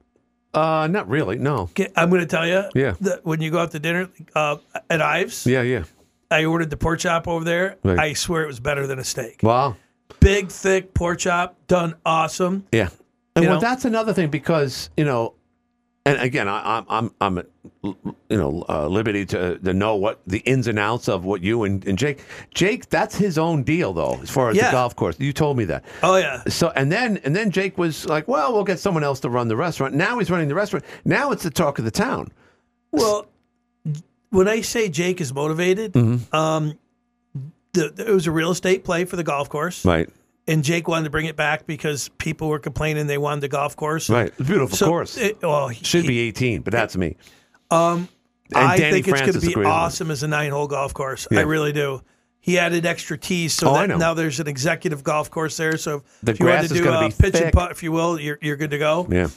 [SPEAKER 8] Uh, not really. No.
[SPEAKER 9] Get- I'm going to tell you.
[SPEAKER 8] Yeah.
[SPEAKER 9] That when you go out to dinner uh, at Ives,
[SPEAKER 8] Yeah, yeah.
[SPEAKER 9] I ordered the pork chop over there.
[SPEAKER 8] Right.
[SPEAKER 9] I swear it was better than a steak.
[SPEAKER 8] Wow.
[SPEAKER 9] Big, thick pork chop, done awesome.
[SPEAKER 8] Yeah. And
[SPEAKER 9] You
[SPEAKER 8] well,
[SPEAKER 9] know?
[SPEAKER 8] that's another thing because you know, and again, I, I'm I'm I'm at, l- l- you know uh, liberty to to know what the ins and outs of what you and, and Jake Jake that's his own deal though as far as the
[SPEAKER 9] Yeah.
[SPEAKER 8] golf course. You told me that.
[SPEAKER 9] Oh yeah.
[SPEAKER 8] So and then and then Jake was like, "Well, we'll get someone else to run the restaurant." Now he's running the restaurant. Now it's the talk of the town.
[SPEAKER 9] Well, when I say Jake is motivated,
[SPEAKER 8] Mm-hmm.
[SPEAKER 9] um, the, the- it was a real estate play for the golf course,
[SPEAKER 8] Right,
[SPEAKER 9] and Jake wanted to bring it back because people were complaining they wanted the golf course.
[SPEAKER 8] right. It's beautiful
[SPEAKER 9] So
[SPEAKER 8] course.
[SPEAKER 9] it- well, he-
[SPEAKER 8] Should be 18, but that's me. Um,
[SPEAKER 9] I think it's going to be
[SPEAKER 8] agrees with me.
[SPEAKER 9] awesome as a nine hole golf course.
[SPEAKER 8] Yeah.
[SPEAKER 9] I really do. He added extra tees, so
[SPEAKER 8] Oh, I
[SPEAKER 9] that
[SPEAKER 8] know.
[SPEAKER 9] now there's an executive golf course there. So if,
[SPEAKER 8] The
[SPEAKER 9] if you
[SPEAKER 8] grass
[SPEAKER 9] want to
[SPEAKER 8] is
[SPEAKER 9] do
[SPEAKER 8] gonna
[SPEAKER 9] a
[SPEAKER 8] be
[SPEAKER 9] pitch
[SPEAKER 8] thick.
[SPEAKER 9] and putt, if you will, you're, you're good to go.
[SPEAKER 8] Yeah,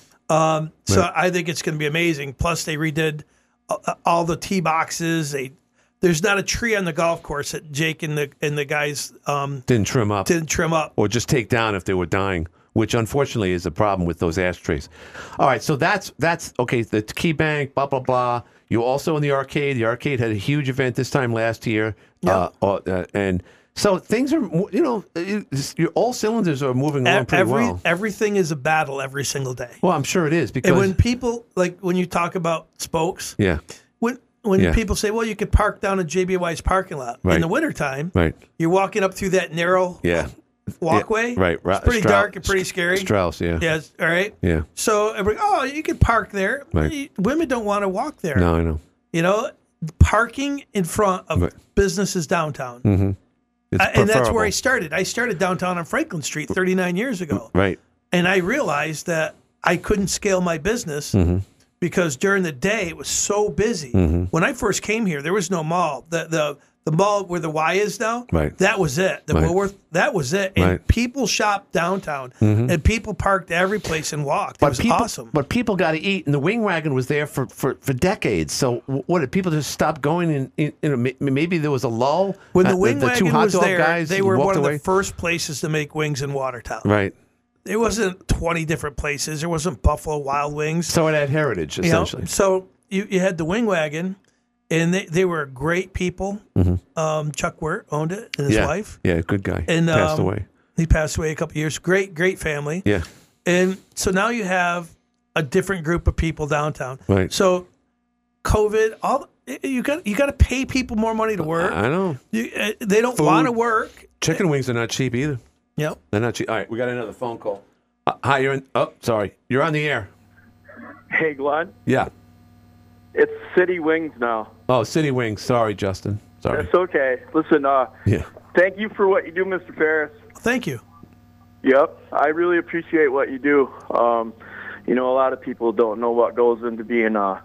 [SPEAKER 9] So I think it's going to be amazing. Plus, they redid uh, all the tee boxes. They there's not a tree on the golf course that Jake and the and the guys um,
[SPEAKER 8] didn't trim up
[SPEAKER 9] didn't trim up.
[SPEAKER 8] or just take down if they were dying, which unfortunately is a problem with those ashtrays. All right, so that's that's okay. The key bank, blah blah blah. You also in the arcade. The arcade had a huge event this time last year, uh, uh, and so things are mo- you know it- it's- your all cylinders are moving along pretty
[SPEAKER 9] E, Every
[SPEAKER 8] well.
[SPEAKER 9] everything is a battle every single day.
[SPEAKER 8] Well, I'm sure it is because
[SPEAKER 9] And when people like when you talk about spokes,
[SPEAKER 8] yeah,
[SPEAKER 9] when when
[SPEAKER 8] Yeah.
[SPEAKER 9] people say, "Well, you could park down in JBY's parking lot
[SPEAKER 8] Right.
[SPEAKER 9] in the wintertime,"
[SPEAKER 8] right,
[SPEAKER 9] you're walking up through that narrow
[SPEAKER 8] yeah,
[SPEAKER 9] walkway.
[SPEAKER 8] Yeah, right, right.
[SPEAKER 9] It's pretty
[SPEAKER 8] Strau-
[SPEAKER 9] dark and pretty scary.
[SPEAKER 8] Strauss, yeah,
[SPEAKER 9] Yes. All right.
[SPEAKER 8] yeah.
[SPEAKER 9] So everybody, oh, you could park there.
[SPEAKER 8] Right.
[SPEAKER 9] You- Women don't want to walk there.
[SPEAKER 8] No, I know.
[SPEAKER 9] You know, parking in front of
[SPEAKER 8] Right.
[SPEAKER 9] businesses downtown.
[SPEAKER 8] It's
[SPEAKER 9] I- Uh, and that's where I
[SPEAKER 8] preferable.
[SPEAKER 9] started. I started downtown on Franklin Street 39 years ago.
[SPEAKER 8] Right.
[SPEAKER 9] And I realized that I couldn't scale my business
[SPEAKER 8] Mm-hmm.
[SPEAKER 9] because during the day it was so busy. When I first came here, there was no mall. The the the mall where the Y is now,
[SPEAKER 8] Right.
[SPEAKER 9] that was it. The
[SPEAKER 8] Right.
[SPEAKER 9] Woolworth, that was it. And
[SPEAKER 8] Right.
[SPEAKER 9] people shopped downtown and people parked every place and walked. it was
[SPEAKER 8] people,
[SPEAKER 9] awesome.
[SPEAKER 8] But people got to eat, and the wing wagon was there for, for, for decades. So w- what did people just stop going? And you know, may- maybe there was a lull
[SPEAKER 9] When
[SPEAKER 8] Uh,
[SPEAKER 9] the wing
[SPEAKER 8] two
[SPEAKER 9] wagon
[SPEAKER 8] hot
[SPEAKER 9] was
[SPEAKER 8] dog
[SPEAKER 9] there,
[SPEAKER 8] guys
[SPEAKER 9] they were
[SPEAKER 8] walked
[SPEAKER 9] one
[SPEAKER 8] away.
[SPEAKER 9] of the first places to make wings in Watertown.
[SPEAKER 8] right.
[SPEAKER 9] It wasn't 20 different places. There wasn't Buffalo Wild Wings.
[SPEAKER 8] So it had heritage
[SPEAKER 9] you know?
[SPEAKER 8] essentially.
[SPEAKER 9] So you, you had the wing wagon, and they, they were great people. Um, Chuck Wirt owned it and his
[SPEAKER 8] Mm-hmm. yeah.
[SPEAKER 9] wife,
[SPEAKER 8] Yeah, good guy.
[SPEAKER 9] and
[SPEAKER 8] Passed
[SPEAKER 9] um,
[SPEAKER 8] away.
[SPEAKER 9] He passed away a couple years. Great, great family.
[SPEAKER 8] Yeah.
[SPEAKER 9] And so now you have a different group of people downtown.
[SPEAKER 8] Right.
[SPEAKER 9] So COVID, all you got you got to pay people more money to work.
[SPEAKER 8] I know.
[SPEAKER 9] You, uh, they don't want to work.
[SPEAKER 8] Chicken wings are not cheap either.
[SPEAKER 9] Yep.
[SPEAKER 8] They're not cheap. All right, we got another phone call. Uh, hi, you're in. Oh, sorry. You're on the air.
[SPEAKER 10] Hey, Glenn,
[SPEAKER 8] Yeah.
[SPEAKER 10] it's City Wings now.
[SPEAKER 8] Oh, City Wings. Sorry, Justin. Sorry.
[SPEAKER 10] That's okay. Listen, uh,
[SPEAKER 8] Yeah.
[SPEAKER 10] thank you for what you do, Mr. Ferris.
[SPEAKER 9] Thank you.
[SPEAKER 10] Yep, I really appreciate what you do. Um, you know, a lot of people don't know what goes into being uh,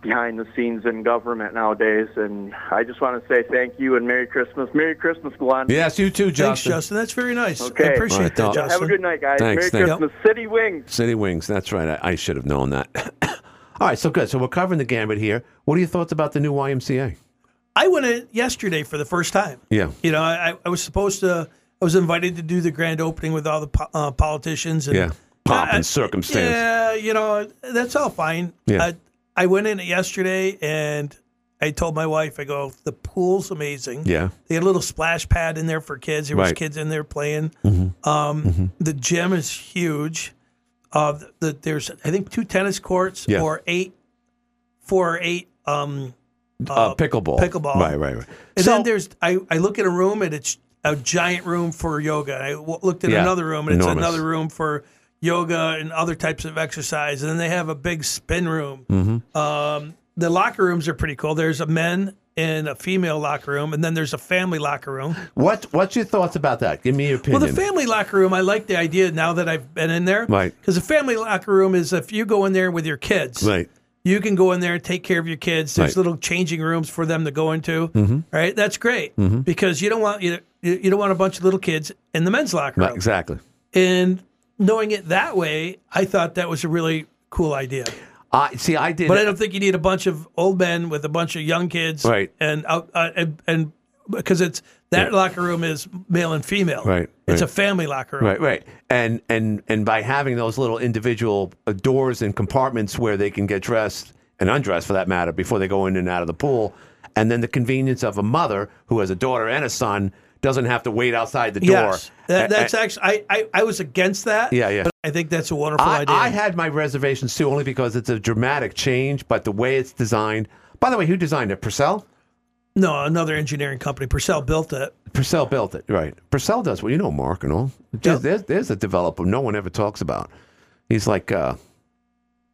[SPEAKER 10] behind the scenes in government nowadays, and I just want to say thank you and Merry Christmas. Merry Christmas, Glenn.
[SPEAKER 8] Yes, you too, Justin.
[SPEAKER 9] Thanks, Justin. That's very nice. I
[SPEAKER 10] Okay.
[SPEAKER 9] appreciate
[SPEAKER 8] Right,
[SPEAKER 9] that,
[SPEAKER 8] now-
[SPEAKER 9] Justin.
[SPEAKER 10] Have a good night, guys.
[SPEAKER 8] Thanks,
[SPEAKER 10] Merry
[SPEAKER 8] thanks.
[SPEAKER 10] Christmas. City Wings.
[SPEAKER 8] City Wings. That's right. I, I should have known that. All right, so good. So we're covering the gambit here. What are your thoughts about the new YMCA?
[SPEAKER 9] I went in yesterday for the first time.
[SPEAKER 8] Yeah.
[SPEAKER 9] You know, I, I was supposed to, I was invited to do the grand opening with all the po- uh, politicians. And
[SPEAKER 8] Yeah. Pomp
[SPEAKER 9] I-
[SPEAKER 8] and circumstance.
[SPEAKER 9] Yeah, you know, that's all fine.
[SPEAKER 8] Yeah.
[SPEAKER 9] I, I went in yesterday and I told my wife, I go, the pool's amazing.
[SPEAKER 8] Yeah.
[SPEAKER 9] They had a little splash pad in there for kids. There was
[SPEAKER 8] Right. Mm-hmm.
[SPEAKER 9] kids in there playing. Um, The gym is huge. Uh, the, there's, I think, two tennis courts
[SPEAKER 8] Yeah.
[SPEAKER 9] or eight, four or eight um,
[SPEAKER 8] Uh, pickleball.
[SPEAKER 9] pickleball.
[SPEAKER 8] Right, right, right.
[SPEAKER 9] and
[SPEAKER 8] so,
[SPEAKER 9] then there's I, I look at a room and it's a giant room for yoga. I w- looked at
[SPEAKER 8] Yeah,
[SPEAKER 9] another room and
[SPEAKER 8] enormous.
[SPEAKER 9] it's another room for yoga and other types of exercise. And then they have a big spin room.
[SPEAKER 8] Mm-hmm.
[SPEAKER 9] Um, the locker rooms are pretty cool. There's a men and a female locker room, and then there's a family locker room.
[SPEAKER 8] what, what's your thoughts about that? Give me your opinion.
[SPEAKER 9] Well, the family locker room, I like the idea now that I've been in there.
[SPEAKER 8] Right.
[SPEAKER 9] Because the family locker room is if you go in there with your kids,
[SPEAKER 8] Right.
[SPEAKER 9] you can go in there and take care of your kids. There's
[SPEAKER 8] Right. Mm-hmm.
[SPEAKER 9] little changing rooms for them to go into. Right, that's great because you don't want you you don't want a bunch of little kids in the men's locker room.
[SPEAKER 8] Right, exactly.
[SPEAKER 9] And knowing it that way, I thought that was a really cool idea.
[SPEAKER 8] I see. I did.
[SPEAKER 9] But I don't think you need a bunch of old men with a bunch of young kids.
[SPEAKER 8] Right.
[SPEAKER 9] and out- uh, and, and because it's that
[SPEAKER 8] Yeah.
[SPEAKER 9] locker room is male and female.
[SPEAKER 8] Right,
[SPEAKER 9] it's
[SPEAKER 8] right.
[SPEAKER 9] a family locker room.
[SPEAKER 8] Right, right, and and and by having those little individual uh, doors and compartments where they can get dressed and undressed, for that matter, before they go in and out of the pool, and then the convenience of a mother who has a daughter and a son doesn't have to wait outside the door.
[SPEAKER 9] Yes, that,
[SPEAKER 8] A- a-
[SPEAKER 9] that's actually I, I I was against that.
[SPEAKER 8] Yeah, yeah.
[SPEAKER 9] But I think that's a wonderful
[SPEAKER 8] I,
[SPEAKER 9] idea.
[SPEAKER 8] I had my reservations too, only because it's a dramatic change, but the way it's designed. By the way, who designed it? Purcell.
[SPEAKER 9] no, another engineering company, Purcell built it.
[SPEAKER 8] Purcell built it, right? Purcell does well. You know Mark and all. There's, there's, there's a developer no one ever talks about. He's like, uh,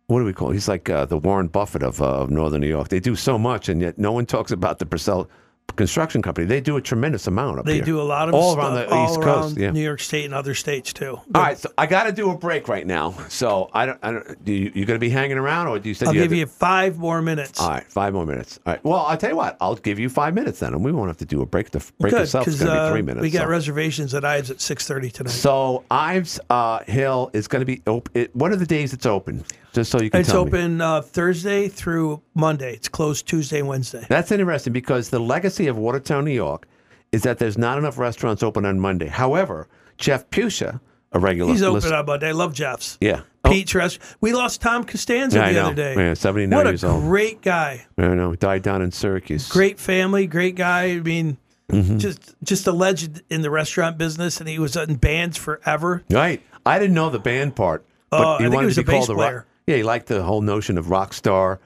[SPEAKER 8] what do we call? He's like uh, the Warren Buffett of, uh, of Northern New York. They do so much, and yet no one talks about the Purcell construction company. They do a tremendous amount up
[SPEAKER 9] They
[SPEAKER 8] here.
[SPEAKER 9] do a lot of
[SPEAKER 8] all
[SPEAKER 9] stuff
[SPEAKER 8] around the
[SPEAKER 9] all
[SPEAKER 8] East
[SPEAKER 9] around
[SPEAKER 8] Coast. Yeah.
[SPEAKER 9] New York State and other states too.
[SPEAKER 8] all right, so I got to do a break right now. So I don't. I don't. Do you, you going to be hanging around, or do you said
[SPEAKER 9] I'll
[SPEAKER 8] you had
[SPEAKER 9] give
[SPEAKER 8] to-
[SPEAKER 9] you five more minutes.
[SPEAKER 8] All right, five more minutes. All right. Well, I'll tell you what. I'll give you five minutes then, and we won't have to do a break. The break
[SPEAKER 9] Good,
[SPEAKER 8] itself is
[SPEAKER 9] because
[SPEAKER 8] going to be
[SPEAKER 9] uh,
[SPEAKER 8] three minutes.
[SPEAKER 9] we got
[SPEAKER 8] so.
[SPEAKER 9] reservations at Ives at six thirty tonight.
[SPEAKER 8] So Ives uh, Hill is going to be open. What are the days it's open? Just so you can
[SPEAKER 9] it's
[SPEAKER 8] tell me.
[SPEAKER 9] open uh, Thursday through Monday. It's closed Tuesday and Wednesday.
[SPEAKER 8] That's interesting because the legacy of Watertown, New York, is that there's not enough restaurants open on Monday. However, Jeff Pusha, a regular,
[SPEAKER 9] He's
[SPEAKER 8] list-
[SPEAKER 9] open on Monday. I love Jeff's.
[SPEAKER 8] Yeah. Oh.
[SPEAKER 9] Pete's rest. We lost Tom Costanza
[SPEAKER 8] Yeah, I
[SPEAKER 9] the
[SPEAKER 8] know.
[SPEAKER 9] other day.
[SPEAKER 8] Yeah, 79
[SPEAKER 9] what
[SPEAKER 8] years
[SPEAKER 9] a
[SPEAKER 8] old.
[SPEAKER 9] great guy.
[SPEAKER 8] I don't know, died down in Syracuse.
[SPEAKER 9] great family, great guy. I mean,
[SPEAKER 8] Mm-hmm.
[SPEAKER 9] just just a legend in the restaurant business, and he was in bands forever.
[SPEAKER 8] Right. I didn't know the band part, but
[SPEAKER 9] Uh, I
[SPEAKER 8] he
[SPEAKER 9] think he
[SPEAKER 8] wanted
[SPEAKER 9] was
[SPEAKER 8] to
[SPEAKER 9] a
[SPEAKER 8] be called
[SPEAKER 9] bass
[SPEAKER 8] the rock.
[SPEAKER 9] player.
[SPEAKER 8] Yeah, he liked the whole notion of rock star,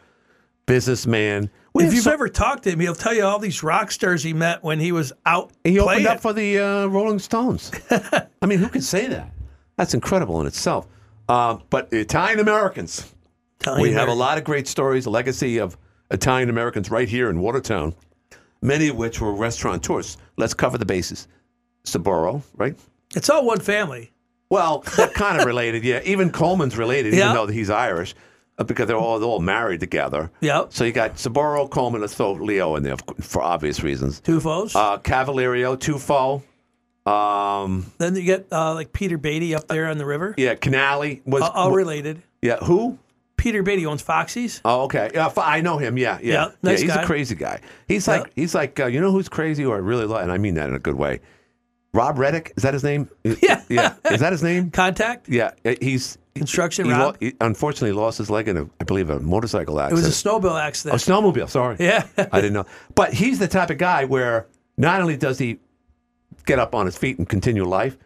[SPEAKER 8] businessman. We
[SPEAKER 9] if
[SPEAKER 8] have
[SPEAKER 9] you've
[SPEAKER 8] so-
[SPEAKER 9] ever talked to him, he'll tell you all these rock stars he met when he was out.
[SPEAKER 8] He opened
[SPEAKER 9] playing.
[SPEAKER 8] up for the uh, Rolling Stones. I mean, who could say that? That's incredible in itself. Uh, but Italian Americans,
[SPEAKER 9] Italian
[SPEAKER 8] we have a
[SPEAKER 9] American.
[SPEAKER 8] lot of great stories, a legacy of Italian Americans right here in Watertown, many of which were restaurateurs. Let's cover the bases. Saburo, right?
[SPEAKER 9] It's all one family.
[SPEAKER 8] Well, they're kind of related, yeah. Even Coleman's related,
[SPEAKER 9] Yeah.
[SPEAKER 8] even though he's Irish, uh, because they're all, they're all married together.
[SPEAKER 9] Yep.
[SPEAKER 8] So you got Saburo, Coleman, let's throw Leo in there of cou- for obvious reasons.
[SPEAKER 9] Tufos.
[SPEAKER 8] Uh, Cavalierio, Tufo. Um,
[SPEAKER 9] then you get uh, like Peter Beatty up there on the river.
[SPEAKER 8] Yeah, Canali was.
[SPEAKER 9] Uh, all related.
[SPEAKER 8] yeah, who?
[SPEAKER 9] Peter Beatty owns Foxy's.
[SPEAKER 8] Oh, okay. Yeah, fi- I know him. Yeah, yeah,
[SPEAKER 9] Yeah,
[SPEAKER 8] yeah.
[SPEAKER 9] nice
[SPEAKER 8] he's
[SPEAKER 9] guy.
[SPEAKER 8] a crazy guy. He's
[SPEAKER 9] Yeah.
[SPEAKER 8] like, he's like, uh, you know who's crazy or I really love, and I mean that in a good way. Rob Reddick is that his name?
[SPEAKER 9] Yeah.
[SPEAKER 8] yeah. Is that his name?
[SPEAKER 9] Contact.
[SPEAKER 8] Yeah, he's
[SPEAKER 9] Construction,
[SPEAKER 8] He,
[SPEAKER 9] Rob.
[SPEAKER 8] lo- he unfortunately lost his leg in, a, I believe, a motorcycle
[SPEAKER 9] it
[SPEAKER 8] accident.
[SPEAKER 9] was a snowmobile
[SPEAKER 8] Oh,
[SPEAKER 9] accident.
[SPEAKER 8] snowmobile. Sorry.
[SPEAKER 9] Yeah.
[SPEAKER 8] I didn't know. But he's the type of guy where not only does he get up on his feet and continue life,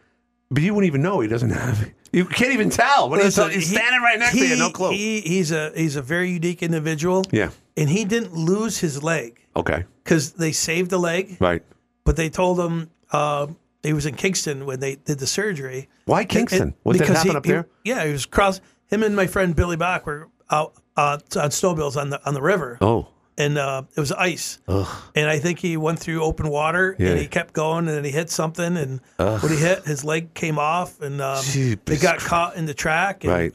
[SPEAKER 8] but you wouldn't even know he doesn't have. You can't even tell. What
[SPEAKER 9] Listen,
[SPEAKER 8] he's, he's
[SPEAKER 9] he-
[SPEAKER 8] standing right next to you, no
[SPEAKER 9] he-
[SPEAKER 8] clue.
[SPEAKER 9] He, he's a he's a very unique individual.
[SPEAKER 8] yeah.
[SPEAKER 9] and he didn't lose his leg
[SPEAKER 8] Okay.
[SPEAKER 9] because they saved the leg,
[SPEAKER 8] Right.
[SPEAKER 9] but they told him um, he was in Kingston when they did the surgery.
[SPEAKER 8] Why Kingston? What did
[SPEAKER 9] because
[SPEAKER 8] happen
[SPEAKER 9] he-
[SPEAKER 8] up there?
[SPEAKER 9] He, yeah, he was cross. Him and my friend Billy Bach were out uh, on snowbills on the on the river,
[SPEAKER 8] Oh.
[SPEAKER 9] and uh, it was ice. And I think he went through open water,
[SPEAKER 8] Yeah.
[SPEAKER 9] and he kept going, and then he hit something, and when he hit, his leg came off, and um, they
[SPEAKER 8] Jeepers
[SPEAKER 9] got
[SPEAKER 8] Christ.
[SPEAKER 9] caught in the track. And,
[SPEAKER 8] Right.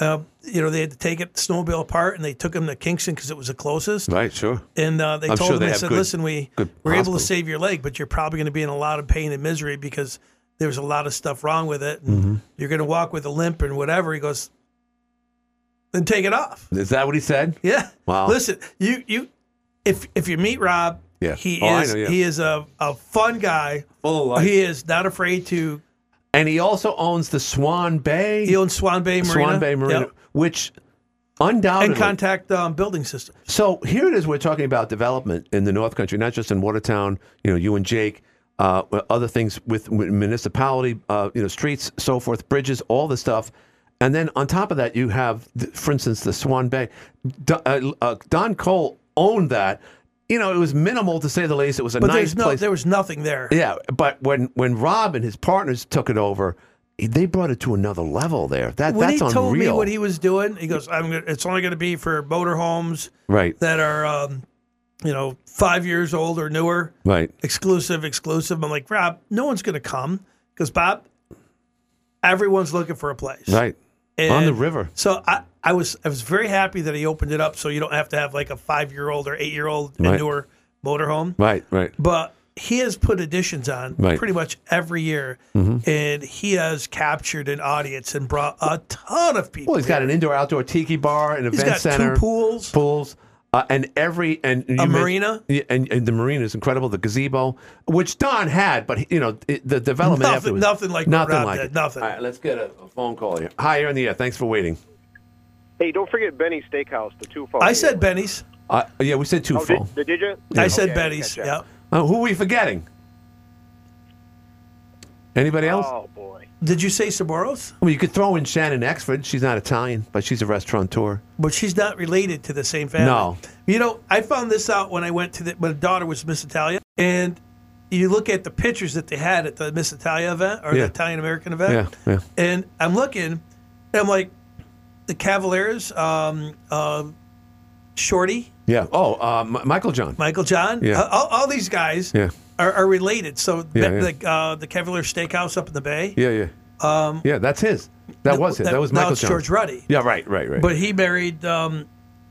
[SPEAKER 9] Uh, you know, they had to take it snowmobile apart, and they took him to Kingston because it was the closest.
[SPEAKER 8] Right. Sure.
[SPEAKER 9] And uh, they
[SPEAKER 8] I'm
[SPEAKER 9] told
[SPEAKER 8] sure
[SPEAKER 9] him,
[SPEAKER 8] they
[SPEAKER 9] they
[SPEAKER 8] have
[SPEAKER 9] said,
[SPEAKER 8] good-
[SPEAKER 9] listen, we
[SPEAKER 8] good
[SPEAKER 9] were able
[SPEAKER 8] hospitals."
[SPEAKER 9] to save your leg, but you're probably going to be in a lot of pain and misery because there was a lot of stuff wrong with it. And
[SPEAKER 8] Mm-hmm.
[SPEAKER 9] You're going to walk with a limp and whatever. He goes, then take it off.
[SPEAKER 8] Is that what he said?
[SPEAKER 9] Yeah.
[SPEAKER 8] Wow.
[SPEAKER 9] Listen, you, you, if, if you meet Rob,
[SPEAKER 8] Yeah.
[SPEAKER 9] he
[SPEAKER 8] Oh, I
[SPEAKER 9] is,
[SPEAKER 8] know, yeah.
[SPEAKER 9] he is a, a fun guy.
[SPEAKER 8] Full of life.
[SPEAKER 9] He is not afraid to,
[SPEAKER 8] And he also owns the Swan Bay.
[SPEAKER 9] he owns Swan Bay Marina.
[SPEAKER 8] Swan Bay Marina,
[SPEAKER 9] Yep.
[SPEAKER 8] which undoubtedly.
[SPEAKER 9] And contact um, building system.
[SPEAKER 8] So here it is. We're talking about development in the North Country, not just in Watertown. You know, you and Jake, uh, other things with, with municipality, uh, you know, streets, so forth, bridges, all the stuff. And then on top of that, you have, th- for instance, the Swan Bay. Do, uh, uh, Don Cole owned that. You know, it was minimal to say the least. It was a
[SPEAKER 9] But
[SPEAKER 8] nice
[SPEAKER 9] there's no,
[SPEAKER 8] place.
[SPEAKER 9] there was nothing there.
[SPEAKER 8] yeah, but when when Rob and his partners took it over, they brought it to another level there. That
[SPEAKER 9] when
[SPEAKER 8] that's
[SPEAKER 9] he told
[SPEAKER 8] unreal.
[SPEAKER 9] me what he was doing, he goes, "I'm. Gonna, it's only going to be for motorhomes
[SPEAKER 8] right,
[SPEAKER 9] that are, um, you know, five years old or newer,
[SPEAKER 8] right.
[SPEAKER 9] exclusive, exclusive." I'm like, Rob, no one's going to come because Bob, everyone's looking for a place
[SPEAKER 8] Right. On the river.
[SPEAKER 9] So I, I was, I was very happy that he opened it up, so you don't have to have like a five year old or eight year old
[SPEAKER 8] Right.
[SPEAKER 9] newer motorhome,
[SPEAKER 8] Right, right.
[SPEAKER 9] but. He has put additions on
[SPEAKER 8] Right. Mm-hmm.
[SPEAKER 9] pretty much every year, and he has captured an audience and brought a ton of people.
[SPEAKER 8] Well, he's got an indoor outdoor tiki bar, an
[SPEAKER 9] He's
[SPEAKER 8] event
[SPEAKER 9] got
[SPEAKER 8] center,
[SPEAKER 9] two pools.
[SPEAKER 8] pools, uh, and every and you men-
[SPEAKER 9] marina?
[SPEAKER 8] Yeah, and, and the marina is incredible. The gazebo, which Don had, but he- you know it, the development
[SPEAKER 9] Nothing-
[SPEAKER 8] afterwards,
[SPEAKER 9] nothing like what
[SPEAKER 8] nothing
[SPEAKER 9] Rob
[SPEAKER 8] like
[SPEAKER 9] did,
[SPEAKER 8] it.
[SPEAKER 9] nothing.
[SPEAKER 8] All right, let's get a, a phone call here. Hi, you're on the air. Thanks for waiting.
[SPEAKER 11] Hey, don't forget Benny's Steakhouse, the two phone.
[SPEAKER 9] I said Benny's.
[SPEAKER 8] Uh, yeah, we said two
[SPEAKER 11] Oh,
[SPEAKER 8] phone.
[SPEAKER 11] did, did, did you?
[SPEAKER 9] I said
[SPEAKER 11] Okay,
[SPEAKER 9] Benny's.
[SPEAKER 11] gotcha.
[SPEAKER 9] Yeah.
[SPEAKER 8] Uh, who are we forgetting? Anybody else?
[SPEAKER 11] Oh boy.
[SPEAKER 9] Did you say Saboros?
[SPEAKER 8] Well, you could throw in Shannon Exford. She's not Italian, but she's a restaurateur.
[SPEAKER 9] But she's not related to the same family.
[SPEAKER 8] No.
[SPEAKER 9] You know, I found this out when I went to the my daughter was Miss Italia, and you look at the pictures that they had at the Miss Italia event or
[SPEAKER 8] Yeah.
[SPEAKER 9] the Italian American event.
[SPEAKER 8] Yeah, yeah.
[SPEAKER 9] And I'm looking, and I'm like, the Cavaliers, um, uh, Shorty,
[SPEAKER 8] Yeah. Oh, uh, M- Michael John.
[SPEAKER 9] Michael John,
[SPEAKER 8] Yeah.
[SPEAKER 9] uh, all, all these guys
[SPEAKER 8] Yeah.
[SPEAKER 9] are, are related. So
[SPEAKER 8] Yeah,
[SPEAKER 9] the,
[SPEAKER 8] yeah.
[SPEAKER 9] The, uh, the Cavalier Steakhouse up in the Bay.
[SPEAKER 8] Yeah, yeah. Um, yeah, that's his. That was his. That, was
[SPEAKER 9] now
[SPEAKER 8] Michael
[SPEAKER 9] it's
[SPEAKER 8] John.
[SPEAKER 9] George Ruddy.
[SPEAKER 8] Yeah, right, right, right.
[SPEAKER 9] But he married um,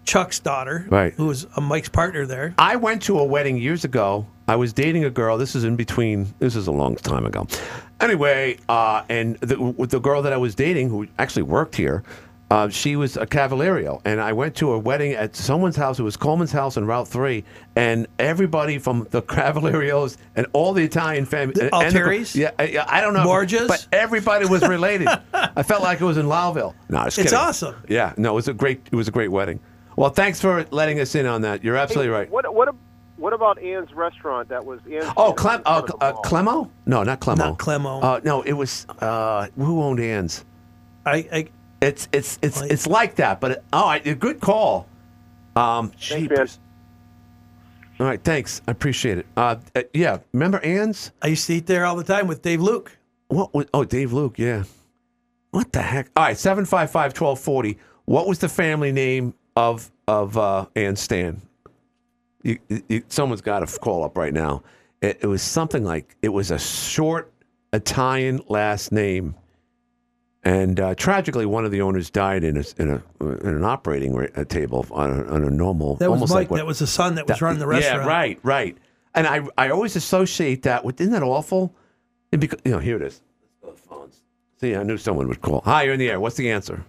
[SPEAKER 9] Chuck's daughter,
[SPEAKER 8] Right.
[SPEAKER 9] who was uh, Mike's partner there.
[SPEAKER 8] I went to a wedding years ago. I was dating a girl. This is in between. This is a long time ago. Anyway, uh, and the, with the girl that I was dating, who actually worked here, uh, she was a Cavalerio, and I went to a wedding at someone's house. It was Coleman's house on Route Three, and everybody from the Cavalerios and all the Italian families,
[SPEAKER 9] The Altieri's?
[SPEAKER 8] yeah, I, I don't know,
[SPEAKER 9] Borgias?
[SPEAKER 8] but everybody was related. I felt like it was in Lowville. No, just
[SPEAKER 9] It's
[SPEAKER 8] kidding.
[SPEAKER 9] awesome.
[SPEAKER 8] Yeah, no, it was a great. It was a great wedding. Well, thanks for letting us in on that. You're absolutely right.
[SPEAKER 11] What what ab- what about Ann's restaurant? That was Ann's.
[SPEAKER 8] Oh, Clem, uh,
[SPEAKER 11] Front of the
[SPEAKER 8] uh,
[SPEAKER 11] mall.
[SPEAKER 8] Clemo? No, not Clemo.
[SPEAKER 9] Not Clemo.
[SPEAKER 8] Uh, no, it was uh, who owned Ann's.
[SPEAKER 9] I, I
[SPEAKER 8] It's it's it's
[SPEAKER 9] Like-
[SPEAKER 8] it's like that, but it, all right, a good call. Um,
[SPEAKER 11] Thanks, man.
[SPEAKER 8] jeepers. all right, thanks, I appreciate it. Uh, uh, yeah, remember Ann's?
[SPEAKER 9] I used to eat there all the time with Dave Luke.
[SPEAKER 8] What? Was, oh, Dave Luke, yeah. What the heck? All right, seven five five twelve forty. What was the family name of of uh, Ann Stan? You, you, someone's got to call up right now. It, it was something like it was a short Italian last name, and uh, tragically, one of the owners died in a in, a, in an operating ra- a table on a, on a normal.
[SPEAKER 9] That was
[SPEAKER 8] almost
[SPEAKER 9] Mike.
[SPEAKER 8] Like what-
[SPEAKER 9] that was the son that was running the restaurant.
[SPEAKER 8] yeah, right, right. And I, I always associate that with, isn't that awful? And because, you know, here it is. Let's go to the phones. See, I knew someone would call. Hi, you're in the air. What's the answer?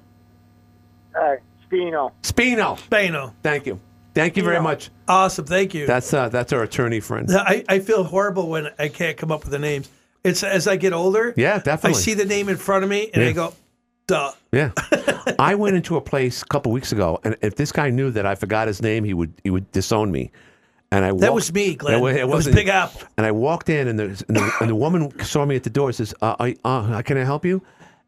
[SPEAKER 11] Uh, Spino.
[SPEAKER 8] Spino.
[SPEAKER 9] Bano.
[SPEAKER 8] Thank you. Thank you very much.
[SPEAKER 9] Awesome. Thank you.
[SPEAKER 8] That's uh, that's our attorney friend.
[SPEAKER 9] I, I feel horrible when I can't come up with the names. It's as I get older.
[SPEAKER 8] Yeah,
[SPEAKER 9] I
[SPEAKER 8] definitely.
[SPEAKER 9] see the name in front of me and
[SPEAKER 8] Yeah.
[SPEAKER 9] I go, Duh.
[SPEAKER 8] Yeah. I went into a place a couple weeks ago, and if this guy knew that I forgot his name, he would he would disown me. And I
[SPEAKER 9] That
[SPEAKER 8] walked-
[SPEAKER 9] was me, Glenn.
[SPEAKER 8] No,
[SPEAKER 9] It was
[SPEAKER 8] wasn't.
[SPEAKER 9] Big Apple.
[SPEAKER 8] And I walked in, and the, and the, and the woman saw me at the door. and Says, uh, I, uh, "Can I help you?"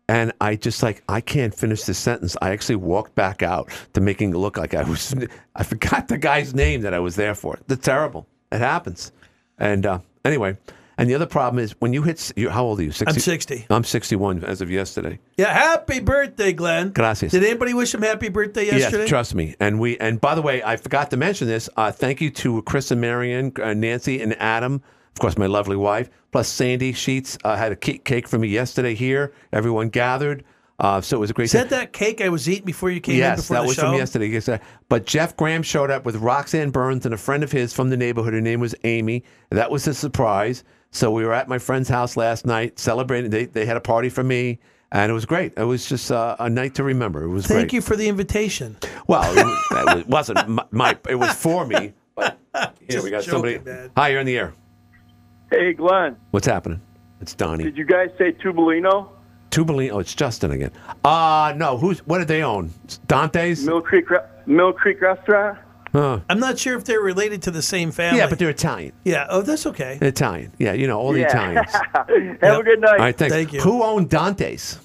[SPEAKER 8] And I just like I can't finish this sentence. I actually walked back out to making it look like I was. I forgot the guy's name that I was there for. That's terrible. It happens. And uh, anyway, and the other problem is when you hit. s- You, how old are you? 60?
[SPEAKER 9] 60.
[SPEAKER 8] I'm 61 as of yesterday.
[SPEAKER 9] Yeah, happy birthday, Glenn.
[SPEAKER 8] Gracias.
[SPEAKER 9] Did anybody wish him happy birthday yesterday?
[SPEAKER 8] Yes, trust me. And we and by the way, I forgot to mention this. Uh, thank you to Chris and Marion, uh, Nancy and Adam, of course, my lovely wife, plus Sandy Sheets uh, had a cake, cake for me yesterday here. Everyone gathered, uh, so it was a great.
[SPEAKER 9] Is that
[SPEAKER 8] time.
[SPEAKER 9] that cake I was eating before you came in
[SPEAKER 8] yes,
[SPEAKER 9] before
[SPEAKER 8] that
[SPEAKER 9] the
[SPEAKER 8] was
[SPEAKER 9] show?
[SPEAKER 8] from yesterday. Yes, uh, But Jeff Graham showed up with Roxanne Burns and a friend of his from the neighborhood. Her name was Amy. That was a surprise. So we were at my friend's house last night celebrating. They they had a party for me. And it was great. It was just uh, a night to remember. It was great.
[SPEAKER 9] Thank you for the invitation.
[SPEAKER 8] Well, it wa- it wasn't my, my. It was for me. But here we got somebody. Hi, you're in the air.
[SPEAKER 12] Hey, Glenn,
[SPEAKER 8] What's happening? It's Donnie.
[SPEAKER 12] did you guys say Tubolino?
[SPEAKER 8] Tubolino. Oh, it's Justin again. Uh no. Who's? What did they own? Dante's.
[SPEAKER 12] Mill Creek. Mill Creek Restaurant.
[SPEAKER 8] Huh.
[SPEAKER 9] I'm not sure if they're related to the same family.
[SPEAKER 8] Yeah, but they're Uh, Italian.
[SPEAKER 9] Yeah. Oh, that's okay.
[SPEAKER 8] Italian. Yeah, you know all the
[SPEAKER 9] Yeah.
[SPEAKER 8] Italians.
[SPEAKER 12] Have
[SPEAKER 9] Yep.
[SPEAKER 12] a good night.
[SPEAKER 8] All right, thanks.
[SPEAKER 9] Thank you.
[SPEAKER 8] Who owned Dante's?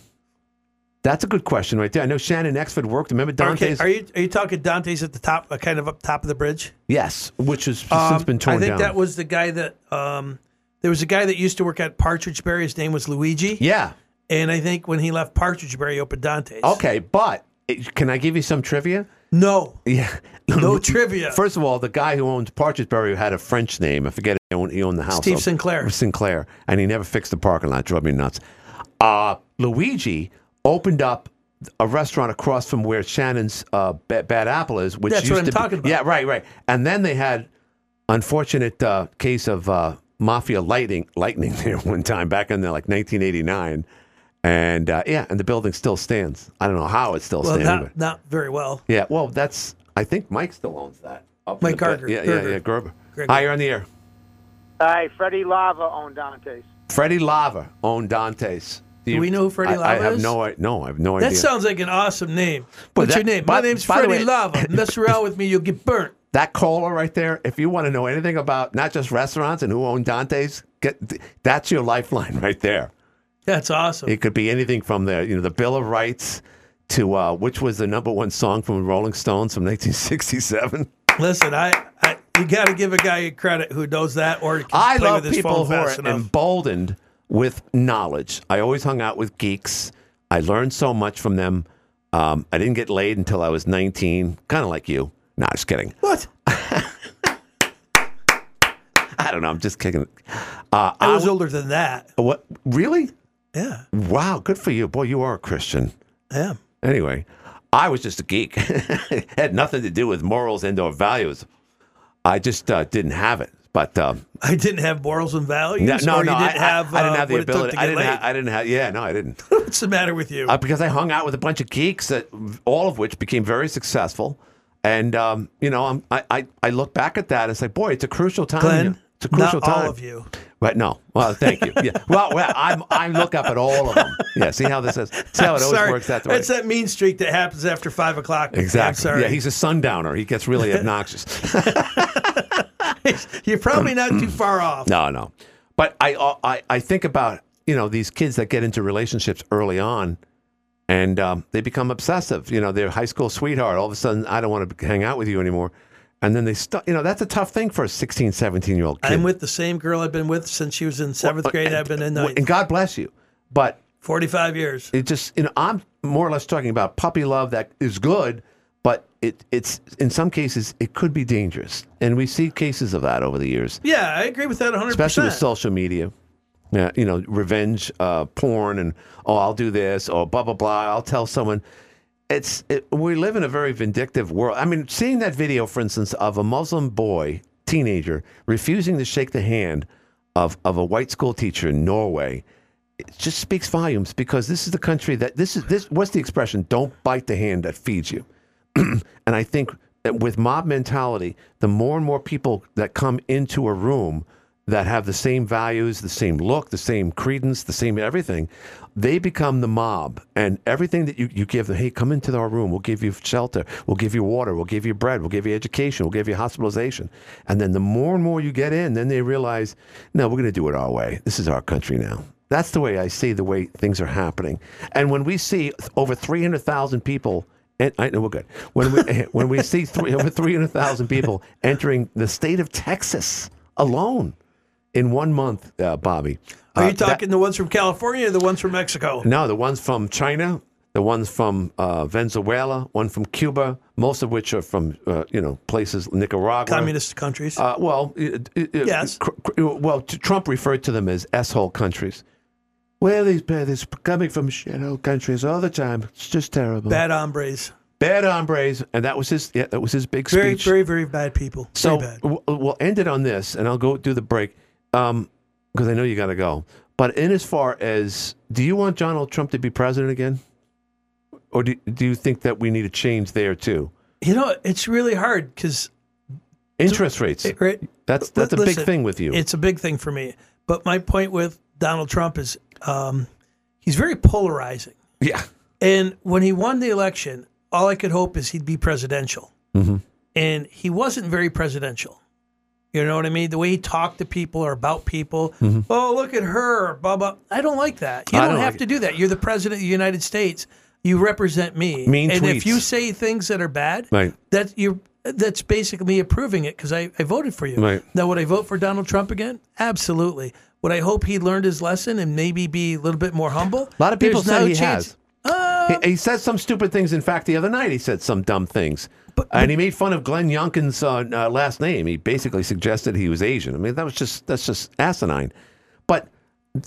[SPEAKER 8] That's a good question right there. I know Shannon Exford worked. Remember Dante's?
[SPEAKER 9] Okay, are you are you talking Dante's at the top, uh, kind of up top of the bridge?
[SPEAKER 8] yes, which has
[SPEAKER 9] Um,
[SPEAKER 8] since been torn
[SPEAKER 9] I think
[SPEAKER 8] down.
[SPEAKER 9] that was the guy that um, there was a guy that used to work at Partridge Berry. His name was Luigi.
[SPEAKER 8] yeah.
[SPEAKER 9] And I think when he left Partridge Berry, he opened Dante's.
[SPEAKER 8] Okay, but it, can I give you some trivia?
[SPEAKER 9] No.
[SPEAKER 8] Yeah.
[SPEAKER 9] No trivia.
[SPEAKER 8] First of all, the guy who owned Partridge Berry had a French name. I forget he owned, he owned the house.
[SPEAKER 9] Steve
[SPEAKER 8] up-
[SPEAKER 9] Sinclair.
[SPEAKER 8] Sinclair. And he never fixed the parking lot. Drove me nuts. Uh, Luigi opened up a restaurant across from where Shannon's uh, Ba- Bad Apple is, which
[SPEAKER 9] That's what
[SPEAKER 8] used
[SPEAKER 9] I'm
[SPEAKER 8] to be-
[SPEAKER 9] talking about.
[SPEAKER 8] Yeah, right, right. And then they had unfortunate uh, case of uh, mafia lightning lightning there one time back in the, like 1989. And uh, yeah, and the building still stands. I don't know how it still
[SPEAKER 9] Well,
[SPEAKER 8] stands. but-
[SPEAKER 9] not, not very well.
[SPEAKER 8] yeah, well, that's. I think Mike still owns that. Up in
[SPEAKER 9] Mike
[SPEAKER 8] the-
[SPEAKER 9] Gerger.
[SPEAKER 8] Yeah, yeah,
[SPEAKER 9] Gerger.
[SPEAKER 8] yeah, Gerber.
[SPEAKER 9] Gerger.
[SPEAKER 8] Hi, you're on the air.
[SPEAKER 11] Hi, Freddie Lava owned Dante's.
[SPEAKER 8] Freddie Lava owned Dante's.
[SPEAKER 9] Do we know who
[SPEAKER 8] I,
[SPEAKER 9] Freddie
[SPEAKER 8] I
[SPEAKER 9] Lava
[SPEAKER 8] have
[SPEAKER 9] is?
[SPEAKER 8] no, I, no, I have no
[SPEAKER 9] that
[SPEAKER 8] idea.
[SPEAKER 9] sounds like an awesome name.
[SPEAKER 8] But
[SPEAKER 9] What's
[SPEAKER 8] that-
[SPEAKER 9] your name?
[SPEAKER 8] by-
[SPEAKER 9] My name's
[SPEAKER 8] by the
[SPEAKER 9] Freddie
[SPEAKER 8] way-
[SPEAKER 9] Lava. Mess around with me, you'll get burnt.
[SPEAKER 8] that caller right there. If you want to know anything about not just restaurants and who owned Dante's, get that's your lifeline right there.
[SPEAKER 9] That's awesome.
[SPEAKER 8] It could be anything from the you know the Bill of Rights to uh, which was the number one song from Rolling Stones from 1967.
[SPEAKER 9] Listen, I, I you got to give a guy credit who knows that or can
[SPEAKER 8] I
[SPEAKER 9] play
[SPEAKER 8] love
[SPEAKER 9] with his
[SPEAKER 8] people
[SPEAKER 9] phone
[SPEAKER 8] who are
[SPEAKER 9] fast enough.
[SPEAKER 8] emboldened with knowledge. I always hung out with geeks. I learned so much from them. Um, I didn't get laid until I was 19, kind of like you. No, just kidding.
[SPEAKER 9] What?
[SPEAKER 8] I don't know. I'm just kicking. it. Uh,
[SPEAKER 9] I was
[SPEAKER 8] w- uh,
[SPEAKER 9] older than that.
[SPEAKER 8] what? Really?
[SPEAKER 9] Yeah,
[SPEAKER 8] Wow. Good for you, boy. You are a Christian.
[SPEAKER 9] I am.
[SPEAKER 8] Anyway, I was just a geek. it had nothing to do with morals and or values. I just uh, didn't have it. But um,
[SPEAKER 9] I didn't have morals and values.
[SPEAKER 8] no, no,
[SPEAKER 9] or you
[SPEAKER 8] no. I,
[SPEAKER 9] didn't
[SPEAKER 8] I-
[SPEAKER 9] have,
[SPEAKER 8] I didn't
[SPEAKER 9] uh,
[SPEAKER 8] have the
[SPEAKER 9] what it took
[SPEAKER 8] ability.
[SPEAKER 9] to
[SPEAKER 8] I
[SPEAKER 9] get
[SPEAKER 8] didn't.
[SPEAKER 9] laid.
[SPEAKER 8] Ha- I didn't have. Yeah, no, I didn't.
[SPEAKER 9] What's the matter with you?
[SPEAKER 8] Uh, because I hung out with a bunch of geeks that all of which became very successful. And um, you know, I'm, I, I I look back at that and say, boy, it's a crucial time.
[SPEAKER 9] Glenn,
[SPEAKER 8] here. it's a crucial
[SPEAKER 9] not all
[SPEAKER 8] time.
[SPEAKER 9] of you.
[SPEAKER 8] But no, well, thank you. Yeah. Well, well, I'm I look up at all of them. Yeah. See how this is. See how it always
[SPEAKER 9] sorry.
[SPEAKER 8] works that way.
[SPEAKER 9] That's that mean streak that happens after five o'clock. I'm
[SPEAKER 8] exactly.
[SPEAKER 9] sorry.
[SPEAKER 8] Yeah. He's a sundowner. He gets really obnoxious.
[SPEAKER 9] You're probably not too far off.
[SPEAKER 8] No, no. But I, uh, I, I think about you know these kids that get into relationships early on, and um, they become obsessive. You know, their high school sweetheart. All of a sudden, I don't want to hang out with you anymore. And then they stu You know, that's a tough thing for a 16, 17 year old kid. Uh,
[SPEAKER 9] I'm with the same girl I've been with since she was in seventh grade. I've been in ninth.
[SPEAKER 8] and God bless you. But
[SPEAKER 9] 45 years.
[SPEAKER 8] it just you know I'm more or less talking about puppy love that is good, but it it's in some cases it could be dangerous, and we see cases of that over the years.
[SPEAKER 9] Yeah, I agree with that 100%.
[SPEAKER 8] especially with social media. Yeah, you know, revenge uh, porn and oh, I'll do this or blah blah blah. I'll tell someone. It's it, we live in a very vindictive world. I mean, seeing that video, for instance, of a Muslim boy teenager refusing to shake the hand of of a white school teacher in Norway, it just speaks volumes because this is the country that this is this. What's the expression? Don't bite the hand that feeds you. And I think that with mob mentality, the more and more people that come into a room that have the same values, the same look, the same credence, the same everything, they become the mob. And everything that you, you give them, hey, come into our room, we'll give you shelter, we'll give you water, we'll give you bread, we'll give you education, we'll give you hospitalization. And then the more and more you get in, then they realize, no, we're going to do it our way. This is our country now. That's the way I see the way things are happening. And when we see over 300,000 people and I know we're good. When we eh, when we see three, over three hundred thousand people entering the state of Texas alone in one month, uh, Bobby.
[SPEAKER 9] Are
[SPEAKER 8] uh,
[SPEAKER 9] you talking the ones from California or the ones from Mexico?
[SPEAKER 8] that- no, the ones from China, the ones from uh, Venezuela, one from Cuba, most of which are from uh, you know places Nicaragua,
[SPEAKER 9] Communist countries.
[SPEAKER 8] Uh, well, it, it, it-
[SPEAKER 9] Yes.
[SPEAKER 8] cr- cr- well, t- Trump referred to them as s-hole countries. Well, these these coming from shithole countries all the time. It's just terrible.
[SPEAKER 9] Bad hombres.
[SPEAKER 8] Bad hombres, and that was his. Yeah, that was his big
[SPEAKER 9] Very,
[SPEAKER 8] speech.
[SPEAKER 9] very, very bad people.
[SPEAKER 8] So
[SPEAKER 9] very bad.
[SPEAKER 8] w- we'll end it on this, and I'll go do the break because I know you got to go. But in as far as, do you want Donald Trump to be president again, or do, do you think that we need a change there too?
[SPEAKER 9] You know, it's really hard because
[SPEAKER 8] Interest rates. That's that's a big thing with you.
[SPEAKER 9] It's a big thing for me. But my point with Donald Trump is um, he's very polarizing.
[SPEAKER 8] yeah.
[SPEAKER 9] And when he won the election, all I could hope is he'd be presidential.
[SPEAKER 8] Mhm.
[SPEAKER 9] And he wasn't very presidential. You know what I mean? The way he talked to people or about people.
[SPEAKER 8] Mhm.
[SPEAKER 9] Oh, look at her, blah blah. I don't like that. You
[SPEAKER 8] I
[SPEAKER 9] don't,
[SPEAKER 8] don't
[SPEAKER 9] have
[SPEAKER 8] like
[SPEAKER 9] to do that. You're the president of the United States. You represent me.
[SPEAKER 8] Mean
[SPEAKER 9] and if
[SPEAKER 8] tweets.
[SPEAKER 9] you say things that are bad,
[SPEAKER 8] Right.
[SPEAKER 9] that you that's basically me approving it because I, I voted for you.
[SPEAKER 8] Right.
[SPEAKER 9] Now, would I vote for Donald Trump again? Absolutely. Would I hope he learned his lesson and maybe be a little bit more humble?
[SPEAKER 8] A lot of people
[SPEAKER 9] There's
[SPEAKER 8] say
[SPEAKER 9] no Uh,
[SPEAKER 8] he
[SPEAKER 9] chance.
[SPEAKER 8] has. he, he said some stupid things. In fact, the other night he said some dumb things, and he made fun of Glenn Youngkin's uh, uh, last name. He basically suggested he was Asian. I mean, that was just that's just asinine. But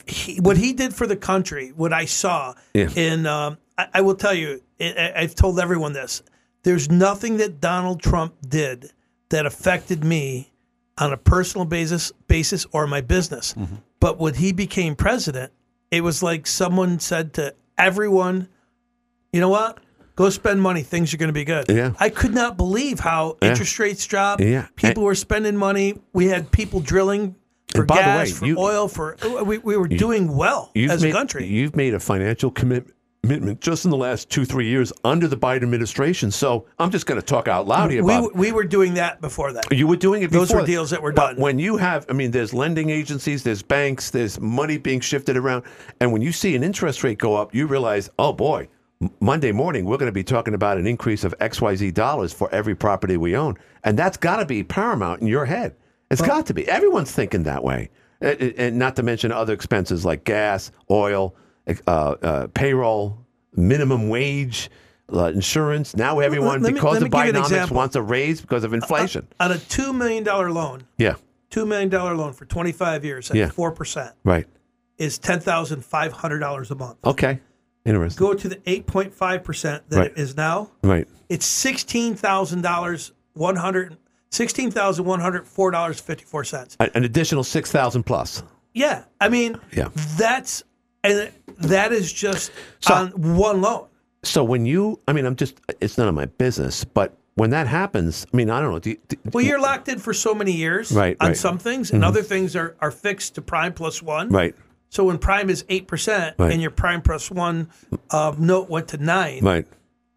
[SPEAKER 9] he, what he did for the country, what I saw,
[SPEAKER 8] Yeah.
[SPEAKER 9] and um, I, I will tell you, I- I, I've told everyone this. There's nothing that Donald Trump did that affected me on a personal basis, basis or my business.
[SPEAKER 8] Mm-hmm.
[SPEAKER 9] But when he became president, it was like someone said to everyone, "You know what? Go spend money. Things are going to be good."
[SPEAKER 8] Yeah.
[SPEAKER 9] I could not believe how
[SPEAKER 8] Yeah.
[SPEAKER 9] interest rates dropped.
[SPEAKER 8] Yeah.
[SPEAKER 9] People were spending money. We had people drilling for
[SPEAKER 8] And by the
[SPEAKER 9] gas,
[SPEAKER 8] way,
[SPEAKER 9] for
[SPEAKER 8] you-
[SPEAKER 9] oil, for we, we were doing well
[SPEAKER 8] You've
[SPEAKER 9] as
[SPEAKER 8] made,
[SPEAKER 9] a country.
[SPEAKER 8] You've made a financial commit- commitment just in the last two, three years under the Biden administration. So I'm just going to talk out loud
[SPEAKER 9] We,
[SPEAKER 8] here, Bob.
[SPEAKER 9] we were doing that before that.
[SPEAKER 8] you were doing it before.
[SPEAKER 9] Those were deals that were
[SPEAKER 8] but
[SPEAKER 9] done.
[SPEAKER 8] When you have, I mean, there's lending agencies, there's banks, there's money being shifted around. And when you see an interest rate go up, you realize, oh boy, M- Monday morning, we're going to be talking about an increase of XYZ dollars for every property we own. And that's got to be paramount in your head. It's got to be. Everyone's thinking that way. And- And and not to mention other expenses like gas, oil, uh, uh, payroll, minimum wage, uh, insurance. Now everyone,
[SPEAKER 9] let me-
[SPEAKER 8] because
[SPEAKER 9] let
[SPEAKER 8] of
[SPEAKER 9] me give you an
[SPEAKER 8] Bidenomics,
[SPEAKER 9] example. Uh,
[SPEAKER 8] wants a raise because of inflation.
[SPEAKER 9] On a two million dollar loan,
[SPEAKER 8] yeah,
[SPEAKER 9] two million dollar loan for twenty five years
[SPEAKER 8] Yeah.
[SPEAKER 9] at four percent
[SPEAKER 8] right.
[SPEAKER 9] is ten thousand five hundred dollars a month.
[SPEAKER 8] Okay. Interesting.
[SPEAKER 9] Go to the eight point five percent that
[SPEAKER 8] Oh. Right.
[SPEAKER 9] it is now.
[SPEAKER 8] Right.
[SPEAKER 9] It's sixteen thousand dollars one hundred sixteen thousand one hundred four dollars fifty four cents.
[SPEAKER 8] A- An additional 6,000 plus.
[SPEAKER 9] Yeah, I mean
[SPEAKER 8] Yeah.
[SPEAKER 9] that's and that is just on one loan.
[SPEAKER 8] So when you, I mean, I'm just, it's none of my business, but when that happens, I mean, I don't know. Do you, do-
[SPEAKER 9] Well, you're locked in for so many years
[SPEAKER 8] Right,
[SPEAKER 9] on
[SPEAKER 8] right.
[SPEAKER 9] some things, and
[SPEAKER 8] Mhm.
[SPEAKER 9] other things are, are fixed to prime plus one.
[SPEAKER 8] right.
[SPEAKER 9] So when prime is eight percent,
[SPEAKER 8] Right.
[SPEAKER 9] and your prime plus one uh, note went to nine.
[SPEAKER 8] Right.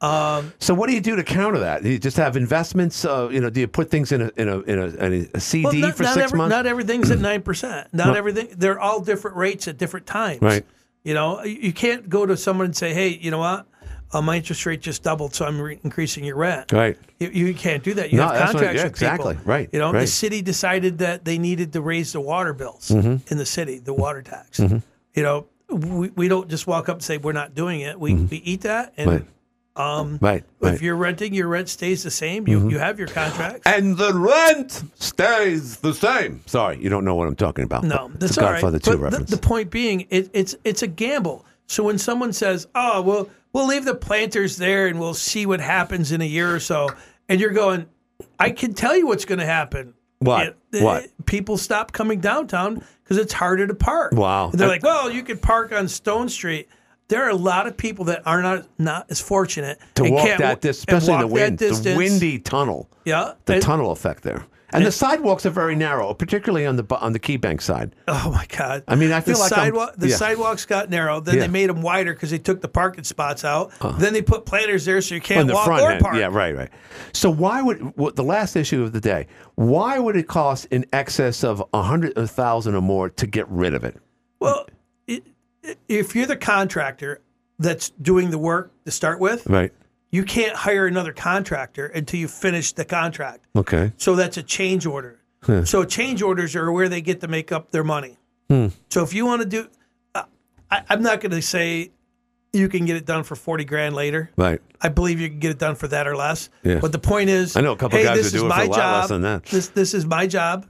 [SPEAKER 9] Um,
[SPEAKER 8] So what do you do to counter that? Do you just have investments? Uh, you know, do you put things in a in a in a, in a CD
[SPEAKER 9] well, not,
[SPEAKER 8] E for
[SPEAKER 9] not
[SPEAKER 8] six
[SPEAKER 9] every-
[SPEAKER 8] months?
[SPEAKER 9] Not everything's at nine percent. Not
[SPEAKER 8] Well-
[SPEAKER 9] everything. They're all different rates at different times.
[SPEAKER 8] Right.
[SPEAKER 9] You know, you you can't go to someone and say, "Hey, you know what? Uh, my interest rate just doubled, so I'm re- increasing your rent."
[SPEAKER 8] Right.
[SPEAKER 9] You, you can't do that. You
[SPEAKER 8] No,
[SPEAKER 9] have
[SPEAKER 8] that's what-
[SPEAKER 9] contracts
[SPEAKER 8] yeah,
[SPEAKER 9] with people.
[SPEAKER 8] exactly. Right,
[SPEAKER 9] You know, the
[SPEAKER 8] right.
[SPEAKER 9] city decided that they needed to raise the water bills
[SPEAKER 8] Mhm.
[SPEAKER 9] in the city, the water tax.
[SPEAKER 8] Mhm.
[SPEAKER 9] You know, we, we don't just walk up and say we're not doing it. We we eat that and.
[SPEAKER 8] Mm-hmm. Right.
[SPEAKER 9] Um,
[SPEAKER 8] Right,
[SPEAKER 9] If
[SPEAKER 8] right.
[SPEAKER 9] you're renting, your rent stays the same. You
[SPEAKER 8] Mhm.
[SPEAKER 9] you have your contract.
[SPEAKER 8] And the rent stays the same. Sorry, you don't know what I'm talking about.
[SPEAKER 9] No,
[SPEAKER 8] but
[SPEAKER 9] that's
[SPEAKER 8] it's a
[SPEAKER 9] all right.
[SPEAKER 8] Godfather Two
[SPEAKER 9] But the-
[SPEAKER 8] reference.
[SPEAKER 9] The, point being, it, it's it's a gamble. So when someone says, "Oh, well, we'll leave the planters there and we'll see what happens in a year or so," and you're going, "I can tell you what's going to happen."
[SPEAKER 8] What?
[SPEAKER 9] It-
[SPEAKER 8] What?
[SPEAKER 9] it- people stop coming downtown because it's harder to park.
[SPEAKER 8] Wow.
[SPEAKER 9] And they're
[SPEAKER 8] That-
[SPEAKER 9] like, "Well, you could park on Stone Street." There are a lot of people that are not not as fortunate
[SPEAKER 8] to
[SPEAKER 9] and
[SPEAKER 8] walk
[SPEAKER 9] can't
[SPEAKER 8] that
[SPEAKER 9] wa-
[SPEAKER 8] distance,
[SPEAKER 9] and
[SPEAKER 8] especially in the
[SPEAKER 9] walk that
[SPEAKER 8] wind, the
[SPEAKER 9] distance.
[SPEAKER 8] windy tunnel.
[SPEAKER 9] Yeah,
[SPEAKER 8] the
[SPEAKER 9] and-
[SPEAKER 8] tunnel effect there. And the sidewalks are very narrow, particularly on the bu- on the Key Bank side.
[SPEAKER 9] Oh my God!
[SPEAKER 8] I mean, I feel
[SPEAKER 9] the
[SPEAKER 8] like I'm-
[SPEAKER 9] sidewalk, the
[SPEAKER 8] yeah.
[SPEAKER 9] sidewalks got narrow. Then
[SPEAKER 8] Yeah.
[SPEAKER 9] they made them wider because they took the parking spots out. Then they put planters there so you
[SPEAKER 8] on
[SPEAKER 9] can't
[SPEAKER 8] the
[SPEAKER 9] walk
[SPEAKER 8] front
[SPEAKER 9] or
[SPEAKER 8] end.
[SPEAKER 9] park.
[SPEAKER 8] Yeah, right, right. So why would what, the last issue of the day? Why would it cost in excess of a hundred thousand or more to get rid of it?
[SPEAKER 9] Well, i- i- if you're the contractor that's doing the work to start with,
[SPEAKER 8] Right.
[SPEAKER 9] you can't hire another contractor until you finish the contract.
[SPEAKER 8] Okay.
[SPEAKER 9] So that's a change order.
[SPEAKER 8] Huh.
[SPEAKER 9] So change orders are where they get to make up their money.
[SPEAKER 8] Hmm.
[SPEAKER 9] So if you want to do, uh, I, I'm not going to say you can get it done for forty grand later.
[SPEAKER 8] Right.
[SPEAKER 9] I believe you can get it done for that or less.
[SPEAKER 8] Yeah.
[SPEAKER 9] But the point is,
[SPEAKER 8] I know a couple
[SPEAKER 9] hey,
[SPEAKER 8] guys
[SPEAKER 9] this
[SPEAKER 8] who do
[SPEAKER 9] is
[SPEAKER 8] it for
[SPEAKER 9] my
[SPEAKER 8] a lot
[SPEAKER 9] job.
[SPEAKER 8] less than that.
[SPEAKER 9] This this is my job,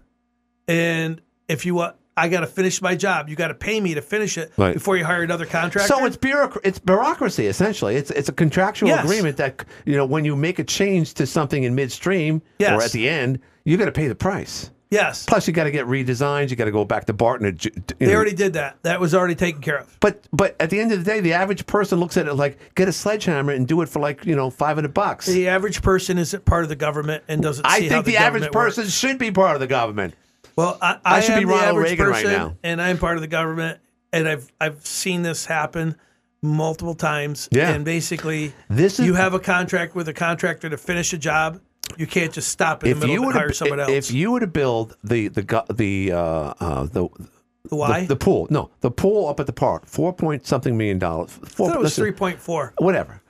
[SPEAKER 9] and if you want, I got to finish my job. You got to pay me to finish it
[SPEAKER 8] Right.
[SPEAKER 9] before you hire another contractor.
[SPEAKER 8] So it's bureaucracy. It's bureaucracy essentially. It's it's a contractual
[SPEAKER 9] Yes.
[SPEAKER 8] agreement that you know when you make a change to something in midstream
[SPEAKER 9] Yes.
[SPEAKER 8] or at the end, you got to pay the price.
[SPEAKER 9] yes,
[SPEAKER 8] Plus, you got to get redesigns. You got to go back to Barton. to ju- to, you
[SPEAKER 9] they
[SPEAKER 8] know.
[SPEAKER 9] already did that. That was already taken care of.
[SPEAKER 8] But but at the end of the day, the average person looks at it like get a sledgehammer and do it for like you know five hundred bucks.
[SPEAKER 9] The average person isn't part of the government and doesn't.
[SPEAKER 8] I
[SPEAKER 9] see how
[SPEAKER 8] think the, average
[SPEAKER 9] government works.
[SPEAKER 8] person should be part of the government.
[SPEAKER 9] Well, I,
[SPEAKER 8] I
[SPEAKER 9] I
[SPEAKER 8] should
[SPEAKER 9] am
[SPEAKER 8] be
[SPEAKER 9] the
[SPEAKER 8] Ronald
[SPEAKER 9] average
[SPEAKER 8] Reagan right
[SPEAKER 9] person,
[SPEAKER 8] now.
[SPEAKER 9] and I'm part of the government, and I've I've seen this happen multiple times.
[SPEAKER 8] Yeah.
[SPEAKER 9] and basically,
[SPEAKER 8] This is-
[SPEAKER 9] you have a contract with a contractor to finish a job. You can't just stop in the
[SPEAKER 8] If
[SPEAKER 9] middle
[SPEAKER 8] you
[SPEAKER 9] and
[SPEAKER 8] would
[SPEAKER 9] hire someone else.
[SPEAKER 8] if you were to build the the gu- the uh, uh, the
[SPEAKER 9] The why?
[SPEAKER 8] the, pool no the pool up at the park four point something million dollars.
[SPEAKER 9] I
[SPEAKER 8] Four,
[SPEAKER 9] thought it was
[SPEAKER 8] listen,
[SPEAKER 9] three point four.
[SPEAKER 8] whatever.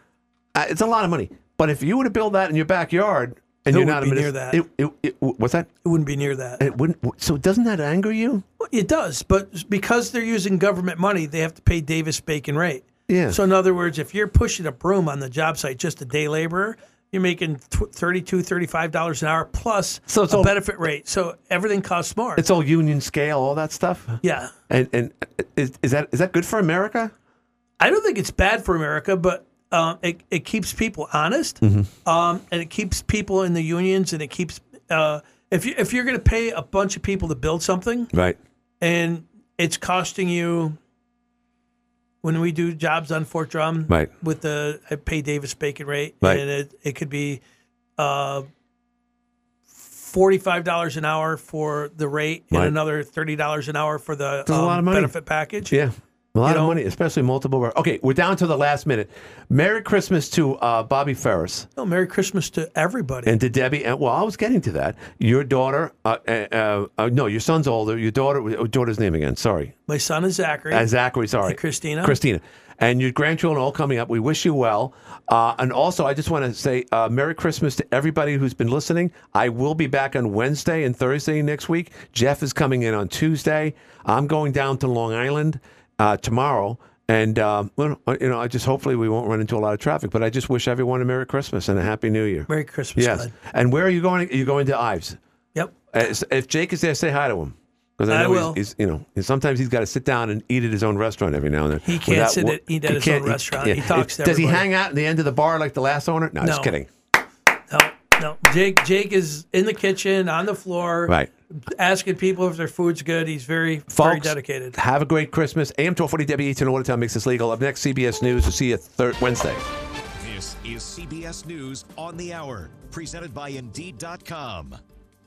[SPEAKER 8] Uh, it's a lot of money. But if you were to build that in your backyard and
[SPEAKER 9] It
[SPEAKER 8] you're
[SPEAKER 9] wouldn't
[SPEAKER 8] not a
[SPEAKER 9] be near
[SPEAKER 8] minis-
[SPEAKER 9] that.
[SPEAKER 8] It, it, it, what's that?
[SPEAKER 9] It wouldn't be near that.
[SPEAKER 8] It wouldn't. So doesn't that anger you?
[SPEAKER 9] Well, It does, but because they're using government money, they have to pay Davis Bacon rate.
[SPEAKER 8] Yeah.
[SPEAKER 9] So in other words, if you're pushing a broom on the job site, just a day laborer, you're making tw- 32 dollars an hour plus
[SPEAKER 8] So it's
[SPEAKER 9] a
[SPEAKER 8] all-
[SPEAKER 9] benefit rate. So everything costs more.
[SPEAKER 8] It's all union scale, all that stuff.
[SPEAKER 9] yeah.
[SPEAKER 8] And and uh, is, is that is that good for America?
[SPEAKER 9] I don't think it's bad for America, but um, it, it keeps people honest,
[SPEAKER 8] Mm-hmm.
[SPEAKER 9] um, and it keeps people in the unions, and it keeps uh, if you if you're going to pay a bunch of people to build something,
[SPEAKER 8] Right.
[SPEAKER 9] and it's costing you. When we do jobs on Fort Drum,
[SPEAKER 8] Right.
[SPEAKER 9] with the I pay Davis Bacon rate,
[SPEAKER 8] Right.
[SPEAKER 9] and it it could be uh, forty five dollars an hour for the rate, and
[SPEAKER 8] Right.
[SPEAKER 9] another thirty dollars an hour for the um,
[SPEAKER 8] That's a lot of money.
[SPEAKER 9] benefit package.
[SPEAKER 8] Yeah. A lot
[SPEAKER 9] You
[SPEAKER 8] of
[SPEAKER 9] know-
[SPEAKER 8] money, especially multiple. work- Okay, we're down to the last minute. Merry Christmas to uh, Bobby Ferris
[SPEAKER 9] Oh, Merry Christmas to everybody.
[SPEAKER 8] and to Debbie. And well, I was getting to that. Your daughter, uh, uh, uh, no, your son's older. Your daughter, uh, daughter's name again. Sorry,
[SPEAKER 9] My son is Zachary.
[SPEAKER 8] Uh, Zachary, sorry.
[SPEAKER 9] And Christina.
[SPEAKER 8] Christina. And your grandchildren all coming up. We wish you well. Uh, and also, I just want to say uh, Merry Christmas to everybody who's been listening. I will be back on Wednesday and Thursday next week. Jeff is coming in on Tuesday. I'm going down to Long Island uh, tomorrow. And, um, well, you know, I just hopefully we won't run into a lot of traffic, but I just wish everyone a Merry Christmas and a Happy New Year.
[SPEAKER 9] Merry Christmas.
[SPEAKER 8] yes.
[SPEAKER 9] bud.
[SPEAKER 8] And where are you going? You're going to Ives.
[SPEAKER 9] Yep.
[SPEAKER 8] As- Uh, If Jake is there, say hi to him. Because
[SPEAKER 9] I
[SPEAKER 8] I know he's-
[SPEAKER 9] will.
[SPEAKER 8] He's, you know, and sometimes he's got to sit down and eat at his own restaurant every now and then.
[SPEAKER 9] He can't
[SPEAKER 8] Without
[SPEAKER 9] sit
[SPEAKER 8] wo-
[SPEAKER 9] at- eat at
[SPEAKER 8] he
[SPEAKER 9] his
[SPEAKER 8] can't-
[SPEAKER 9] own restaurant. He talks to
[SPEAKER 8] Does he
[SPEAKER 9] everybody.
[SPEAKER 8] hang out in the end of the bar like the last owner? No, just
[SPEAKER 9] No.
[SPEAKER 8] kidding.
[SPEAKER 9] No, no. Jake. Jake is in the kitchen on the floor.
[SPEAKER 8] Right.
[SPEAKER 9] Asking people if their food's good. He's very, very
[SPEAKER 8] Folks,
[SPEAKER 9] dedicated.
[SPEAKER 8] Have a great Christmas. AM 1240 W8 in Watertown makes this legal. Up next, CBS News. We'll see you thir- Wednesday.
[SPEAKER 13] This is CBS News on the Hour, presented by Indeed.com.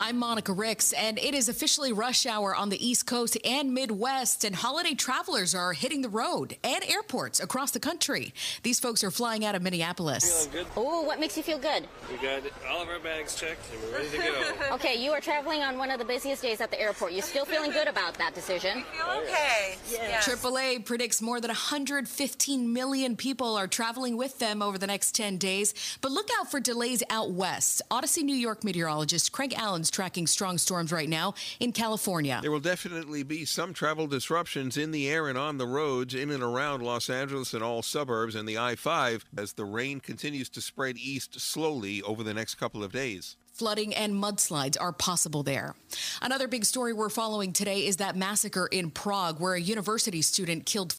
[SPEAKER 14] I'm Monica Ricks, and it is officially rush hour on the East Coast and Midwest, and holiday travelers are hitting the road and airports across the country. These folks are flying out of Minneapolis.
[SPEAKER 15] Oh, what makes you feel good?
[SPEAKER 2] We got all of our bags checked and we're ready to go.
[SPEAKER 15] Okay, you are traveling on one of the busiest days at the airport. You're still feeling good about that decision.
[SPEAKER 16] Okay.
[SPEAKER 14] AAA predicts more than 115 million people are traveling with them over the next 10 days. But look out for delays out west. Odyssey, New York meteorologist Craig Allen's tracking strong storms right now in California.
[SPEAKER 17] There will definitely be some travel disruptions in the air and on the roads in and around Los Angeles and all suburbs and the I 5 as the rain continues to spread east slowly over the next couple of days.
[SPEAKER 14] Flooding and mudslides are possible there. Another big story we're following today is that massacre in Prague where a university student killed